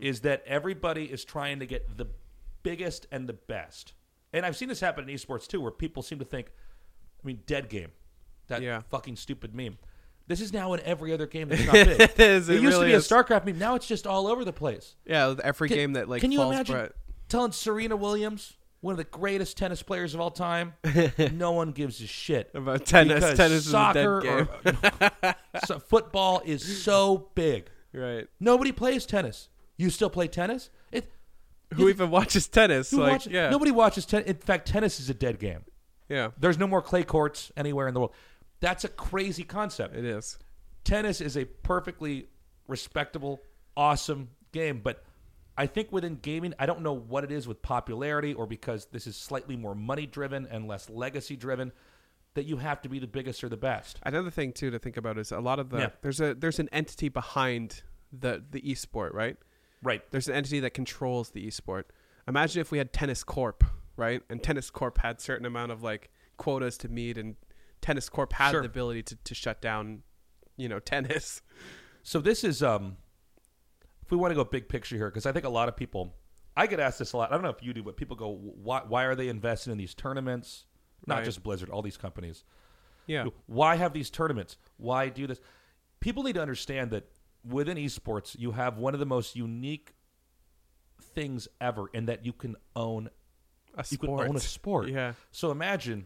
is that everybody is trying to get the biggest and the best. And I've seen this happen in esports too, where people seem to think, I mean, Dead Game, that Yeah. fucking stupid meme. This is now in every other game that's not big. it is, it used to really be is. a StarCraft meme. Now it's just all over the place. yeah, with every Can- game that like can you falls imagine Brett. telling Serena Williams, one of the greatest tennis players of all time, no one gives a shit About tennis. because Tennis is a soccer dead or- so football is so big. Right. Nobody plays tennis. You still play tennis? It, Who even watches tennis? who like, watches- yeah, Nobody watches tennis. In fact, tennis is a dead game. yeah, There's no more clay courts anywhere in the world. That's a crazy concept. it is. tennis is a perfectly respectable, awesome game, but I think within gaming, I don't know what it is with popularity or because this is slightly more money driven and less legacy driven that you have to be the biggest or the best. Another thing too to think about is a lot of the Yeah. there's a there's an entity behind the the esport, right? Right. There's an entity that controls the esport. Imagine if we had Tennis Corp, right? And Tennis Corp had certain amount of like quotas to meet, and Tennis Corp had Sure. the ability to to shut down, you know, tennis. So this is um if we want to go big picture here because I think a lot of people I get asked this a lot. I don't know if you do, but people go why why are they investing in these tournaments? Not Right. just Blizzard, all these companies. Yeah, Why have these tournaments? Why do this? People need to understand that within esports, you have one of the most unique things ever in that you can own a you can own a sport. Yeah, So imagine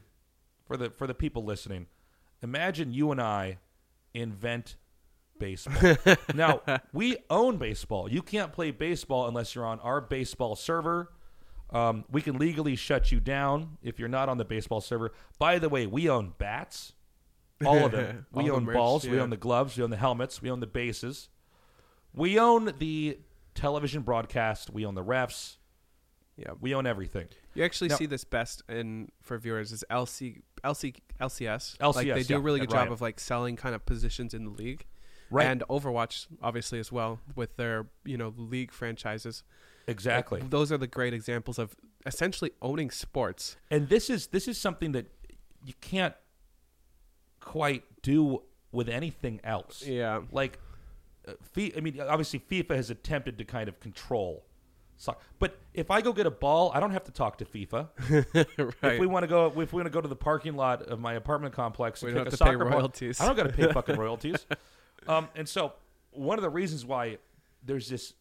for the for the people listening, imagine you and I invent baseball. now, we own baseball. You can't play baseball unless you're on our baseball server. Um, we can legally shut you down if you're not on the baseball server. By the way, we own bats, all of them. All we the own merch, balls, we yeah. own the gloves, we own the helmets, we own the bases. We own the television broadcast, we own the refs, Yeah. we own everything. You actually Now- see this best in for viewers is LC, LC, LCS. LCS, like they do yeah, a really good right. job of like selling kind of positions in the league, Right. And Overwatch, obviously as well, with their you know league franchises. Like, Exactly. those are the great examples of essentially owning sports. and this is this is something that you can't quite do with anything else. Yeah. Like, uh, Fi- I mean, obviously FIFA has attempted to kind of control. soccer. But if I go get a ball, I don't have to talk to FIFA. right. If we want to go, if we want to go to the parking lot of my apartment complex and We kick don't have a to pay soccer ball, royalties. I don't got to pay fucking royalties. um, and so one of the reasons why there's this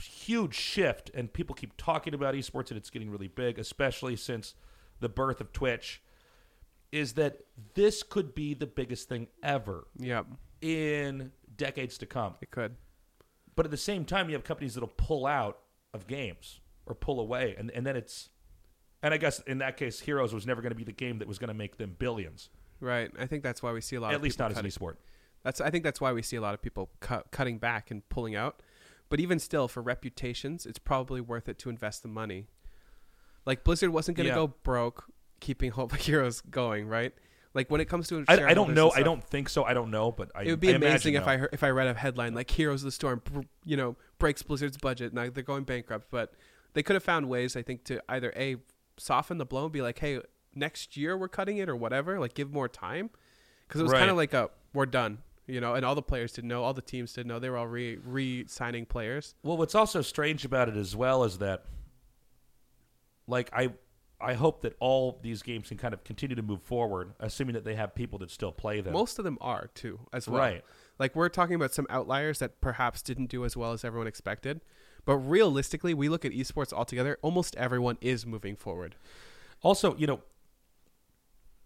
huge shift and people keep talking about esports and it's getting really big, especially since the birth of Twitch, is that this could be the biggest thing ever yeah. in decades to come. It could. But at the same time, you have companies that'll pull out of games or pull away, and and then it's, and I guess in that case, Heroes was never going to be the game that was going to make them billions, Right. I think that's why we see a lot. at of least people not as an cutting. esport. That's I think that's why we see a lot of people cu- cutting back and pulling out. But even still, for reputations, it's probably worth it to invest the money. Like Blizzard wasn't going to Yeah. go broke keeping Hope Heroes going, right? Like when it comes I, to I shareholders don't and know. I stuff, don't think so. I don't know, but I, It would be I imagine amazing if no. I heard, if I read a headline like Heroes of the Storm, br- you know, breaks Blizzard's budget. Now they're going bankrupt, but they could have found ways, I think, to either a soften the blow and be like, hey, next year we're cutting it or whatever, like give more time, because it was Right. kind of like a we're done, you know, and all the players didn't know, all the teams didn't know, they were all re re signing players. Well, what's also strange about it as well is that, like I, I hope that all these games can kind of continue to move forward, assuming that they have people that still play them. Most of them are too, as well. Right. Like we're talking about some outliers that perhaps didn't do as well as everyone expected. But realistically, we look at esports altogether, almost everyone is moving forward. Also, you know,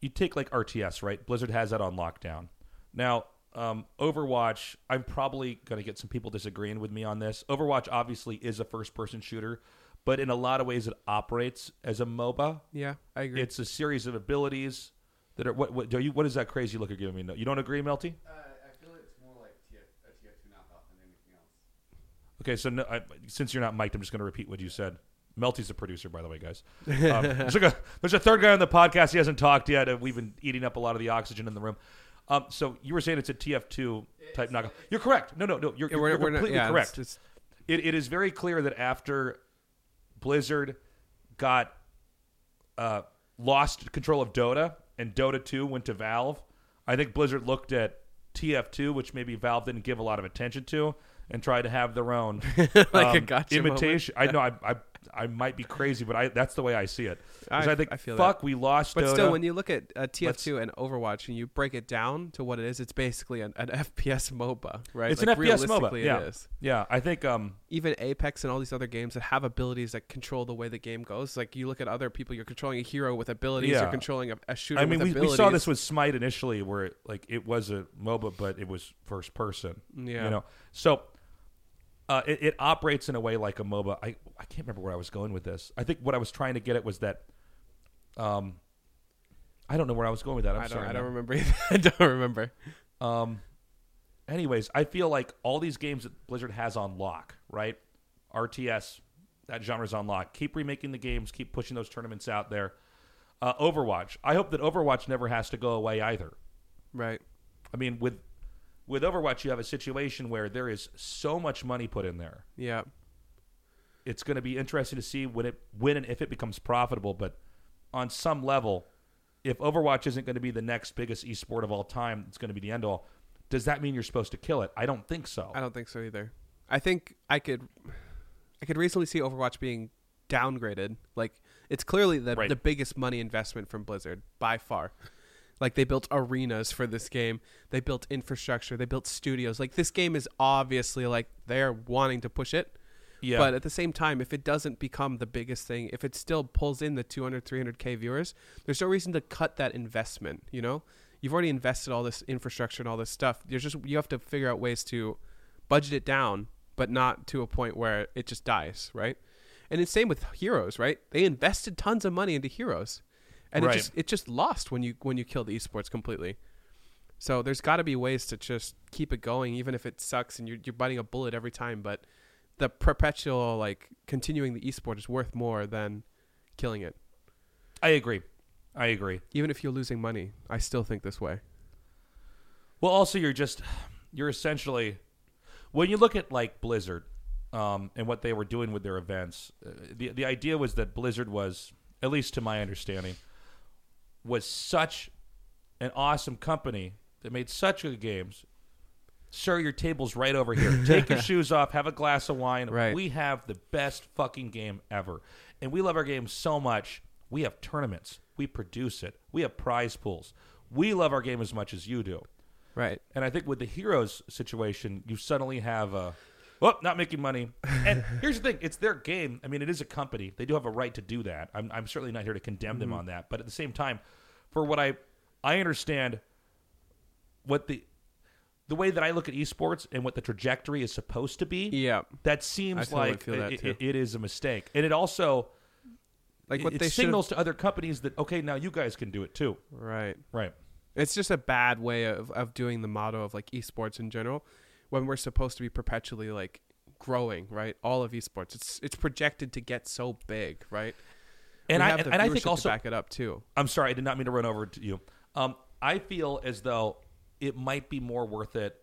you take like RTS, right? Blizzard has that on lockdown. Now, um, Overwatch, I'm probably going to get some people disagreeing with me on this. Overwatch obviously is a first person shooter, but in a lot of ways it operates as a MOBA. Yeah, I agree. It's a series of abilities that are what what do you what is that crazy look you're giving me? No, you don't agree, Melty? Uh, I feel it's more like TF, a TF2 knockoff than anything else. Okay, so no, I, since you're not mic'd, I'm just going to repeat what you said. Melty's the producer, by the way, guys. Um, there's, like a, there's a third guy on the podcast. He hasn't talked yet. and We've been eating up a lot of the oxygen in the room. Um, so you were saying it's a TF2 type knockoff. You're correct. No, no, no. You're, Yeah, we're- you're we're not- completely yeah, correct. it's- it's- it, it is very clear that after Blizzard got uh, lost control of Dota and Dota 2 went to Valve, I think Blizzard looked at TF2, which maybe Valve didn't give a lot of attention to, and tried to have their own um, Like a gotcha moment. imitation. I know I, I I might be crazy, but I that's the way I see it. 'Cause I- I, think I feel fuck, we lost. but Dota. still, when you look at uh, TF2 and Overwatch and you break it down to what it is, it's basically an, an FPS MOBA, right? it's an FPS Like, MOBA. realistically Yeah, It is. yeah. I think um, Even Apex and all these other games that have abilities that control the way the game goes. Like you look at other people, you're controlling a hero with abilities, Yeah. you're controlling a, a shooter I mean, with we, we abilities. saw this with Smite initially, where it, like it was a MOBA, but it was first person. Yeah. you know. So uh, it, it operates in a way like a MOBA. I I can't remember where I was going with this. I think what I was trying to get at was that. Um, I don't know where I was going with that. I'm I don't, sorry. I man. don't remember. either. I don't remember. Um, anyways, I feel like all these games that Blizzard has on lock, right? RTS, that genre's on lock. Keep remaking the games, keep pushing those tournaments out there. Uh, Overwatch. I hope that Overwatch never has to go away either. Right. I mean, with with Overwatch, you have a situation where there is so much money put in there. Yeah. It's going to be interesting to see when it when and if it becomes profitable. But on some level, if Overwatch isn't going to be the next biggest esport of all time, it's going to be the end all. Does that mean you're supposed to kill it? I don't think so. I don't think so either. I think I could I could reasonably see Overwatch being downgraded. Like it's clearly the Right. the biggest money investment from Blizzard by far. Like they built arenas for this game. They built infrastructure. They built studios. Like this game is obviously like they're wanting to push it. Yeah. But at the same time, if it doesn't become the biggest thing, if it still pulls in the 200, 300K viewers, there's no reason to cut that investment, you know? you've already invested all this infrastructure and all this stuff. There's just you have to figure out ways to budget it down, but not to a point where it just dies, right? And it's same with heroes, right? They invested tons of money into heroes, and Right. it just it just lost when you when you kill the esports completely. So there's got to be ways to just keep it going, even if it sucks and you're, you're biting a bullet every time. But the perpetual like continuing the esport is worth more than killing it. I agree. I agree. Even if you're losing money, I still think this way. Well, also you're just you're essentially when you look at like Blizzard um, and what they were doing with their events, uh, the the idea was that Blizzard was, at least to my understanding, was such an awesome company that made such good games. Sir, your table's right over here. Take your shoes off. Have a glass of wine. Right. We have the best fucking game ever, and we love our game so much. We have tournaments. We produce it. We have prize pools. We love our game as much as you do. Right. And I think with the heroes situation, you suddenly have a, well, not making money. And here's the thing: it's their game. I mean, it is a company; they do have a right to do that. I'm, I'm certainly not here to condemn Mm-hmm. them on that. But at the same time, for what I, I understand what the, the way that I look at esports and what the trajectory is supposed to be. Yeah. That I seems totally like feel that it- too. it- it is a mistake, and it also Like what it they should. signals to other companies that okay, now you guys can do it too, Right. right? It's just a bad way of, of doing the motto of like esports in general when we're supposed to be perpetually like growing, right? All of esports. It's it's projected to get so big, right? And We I have and, the and I viewership think to also back it up too. I'm sorry, I did not mean to run over to you. Um, I feel as though it might be more worth it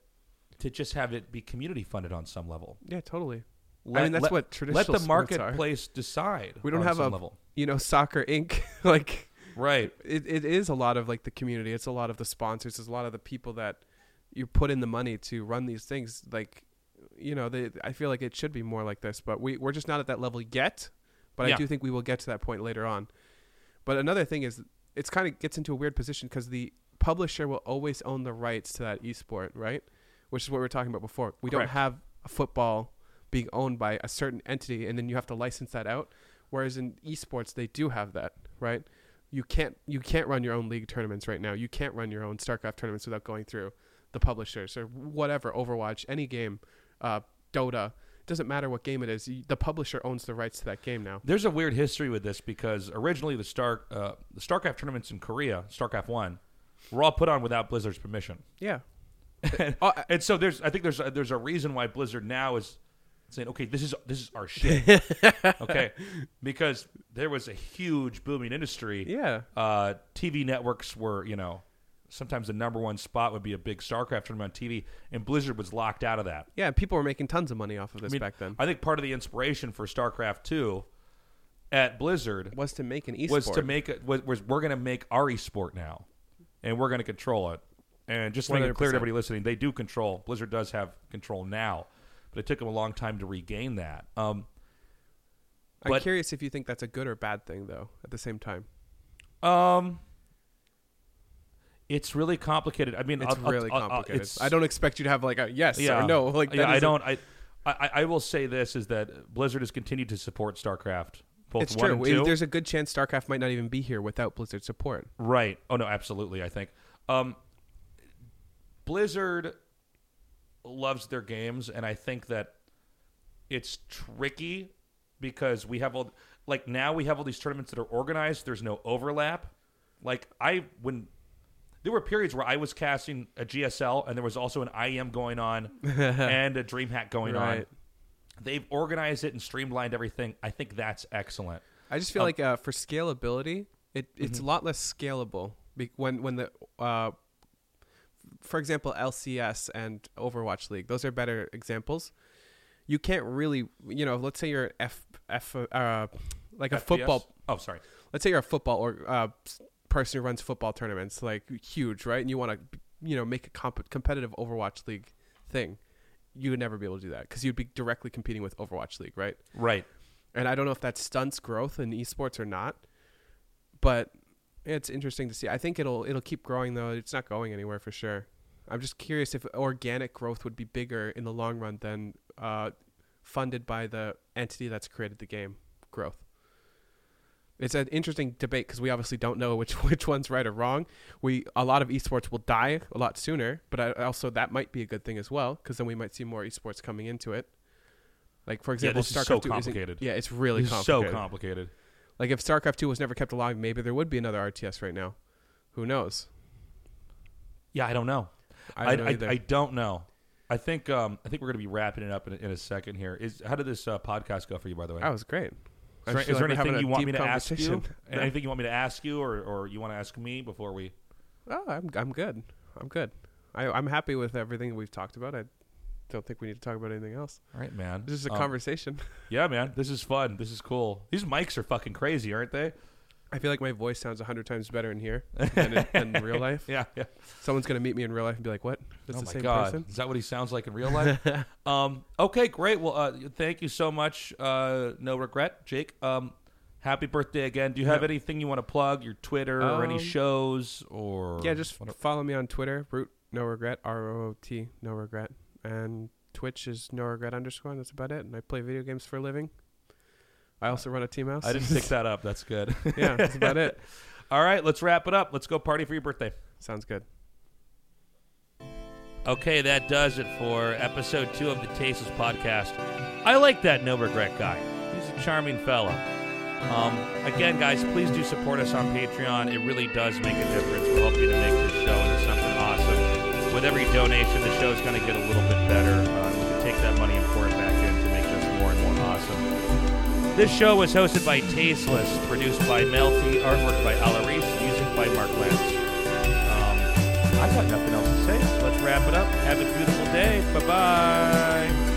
to just have it be community funded on some level. Yeah, totally. Let, I mean that's let- what traditional Let sports the are. marketplace decide. We don't on have a some level, you know soccer Inc. like right? it, it is a lot of like the community it's a lot of the sponsors it's a lot of the people that you put in the money to run these things like you know they, i feel like it should be more like this but we, we're just not at that level yet but Yeah. i do think we will get to that point later on but another thing is it's kind of gets into a weird position because the publisher will always own the rights to that esport right which is what we were talking about before we Correct. don't have a football being owned by a certain entity and then you have to license that out whereas in esports they do have that right you can't you can't run your own league tournaments right now. You can't run your own StarCraft tournaments without going through the publishers or whatever Overwatch, any game, uh, Dota. Doesn't matter what game it is. you- The publisher owns the rights to that game now. There's a weird history with this because originally the Star uh, the StarCraft tournaments in Korea, StarCraft One, were all put on without Blizzard's permission. Yeah. and, and so there's I think there's a, there's a reason why Blizzard now is saying okay this is this is our shit okay because there was a huge booming industry Yeah. uh, TV networks were you know sometimes the number one spot would be a big StarCraft tournament on TV and Blizzard was locked out of that Yeah. and People were making tons of money off of this I mean, back then. I think part of the inspiration for StarCraft two at Blizzard was to make an esport. was to make it was, was we're going to make our esport now and we're going to control it and just to make it clear to 100%. everybody listening they do control blizzard does have control now but it took them a long time to regain that um, I'm but- curious if you think that's a good or bad thing though. At the same time, um it's really complicated i mean uh, it's I'll- I'll- really I'll- I'll- complicated. it's- I don't expect you to have like a yes yeah or no. Like that yeah, i isn't- don't I, I i will say this is that blizzard has continued to support starcraft both It's one true. and We- two There's a good chance StarCraft might not even be here without Blizzard support. Right. Oh no, absolutely. I think um, Blizzard loves their games, and I think that it's tricky because we have all like now we have all these tournaments that are organized. There's no overlap. Like I when there were periods where I was casting a GSL, and there was also an IM going on and a DreamHack going on. Right. They've organized it and streamlined everything. I think that's excellent. I just feel like uh, for scalability, it, it's a lot less scalable be- when when the uh, for example LCS and Overwatch League, those are better examples. You can't really, you know, let's say you're F F uh, like a FPS? football Oh, sorry. let's say you're a football or uh, s- person who runs football tournaments, like huge, right? And you want to, you know, make a comp- competitive Overwatch League thing. You would never be able to do that because you'd be directly competing with Overwatch League, right? Right. And I don't know if that stunts growth in esports or not, but it's interesting to see. I think it'll it'll keep growing though. It's not going anywhere for sure. I'm just curious if organic growth would be bigger in the long run than uh, funded by the entity that's created the game growth. it's an interesting debate because we obviously don't know which which one's right or wrong. We a lot of esports will die a lot sooner, but I, also that might be a good thing as well because then we might see more esports coming into it. Like for example, this is StarCraft so 2 isn't- complicated. Yeah, it's really It's so complicated. complicated. Like if StarCraft 2 was never kept alive, maybe there would be another RTS right now. Who knows? Yeah, I don't know. I don't know I, either. I don't know. I think um, I think we're going to be wrapping it up in, a- in a second here. Is how did this uh, podcast go for you, by the way? That was great. I Is there, feel is there like we're Oh, having anything a you want deep me to ask you? conversation. No. Anything you want me to ask you, or, or you want to ask me before we? Oh, I'm I'm good. I'm good. I, I'm happy with everything we've talked about. I don't think we need to talk about anything else. All right, man. This is a Um, conversation. Yeah, man. This is fun. This is cool. These mics are fucking crazy, aren't they? I feel like my voice sounds a hundred times better in here than in, than in real life. Yeah, yeah. Someone's gonna meet me in real life and be like, "What? That's oh the my same god, person." is that what he sounds like in real life? um, okay, great. Well, uh, thank you so much. Uh, no regret, Jake. Um, happy birthday again. Do you have Yep. anything you want to plug? Your Twitter or any Um, shows or Yeah, just what- follow me on Twitter, root no regret, R O O T no regret, and Twitch is no regret underscore. And that's about it. And I play video games for a living. I also run a team house. Uh, I didn't pick that up. That's good. yeah, that's about it. All right, let's wrap it up. Let's go party for your birthday. Sounds good. Okay, that does it for episode two of the Tasteless Podcast. I like that no regret guy. He's a charming fellow. Um, again, guys, please do support us on Patreon. It really does make a difference. We're hoping to make this show into something awesome. With every donation, the show's going to get a little bit better. Uh, we can take that money and pour it back in to make this more and more awesome. This show was hosted by Tasteless, produced by Melty, artwork by Alaris, music by Mark Lentz. Um, I've got nothing else to say, so let's wrap it up. Have a beautiful day. Bye bye.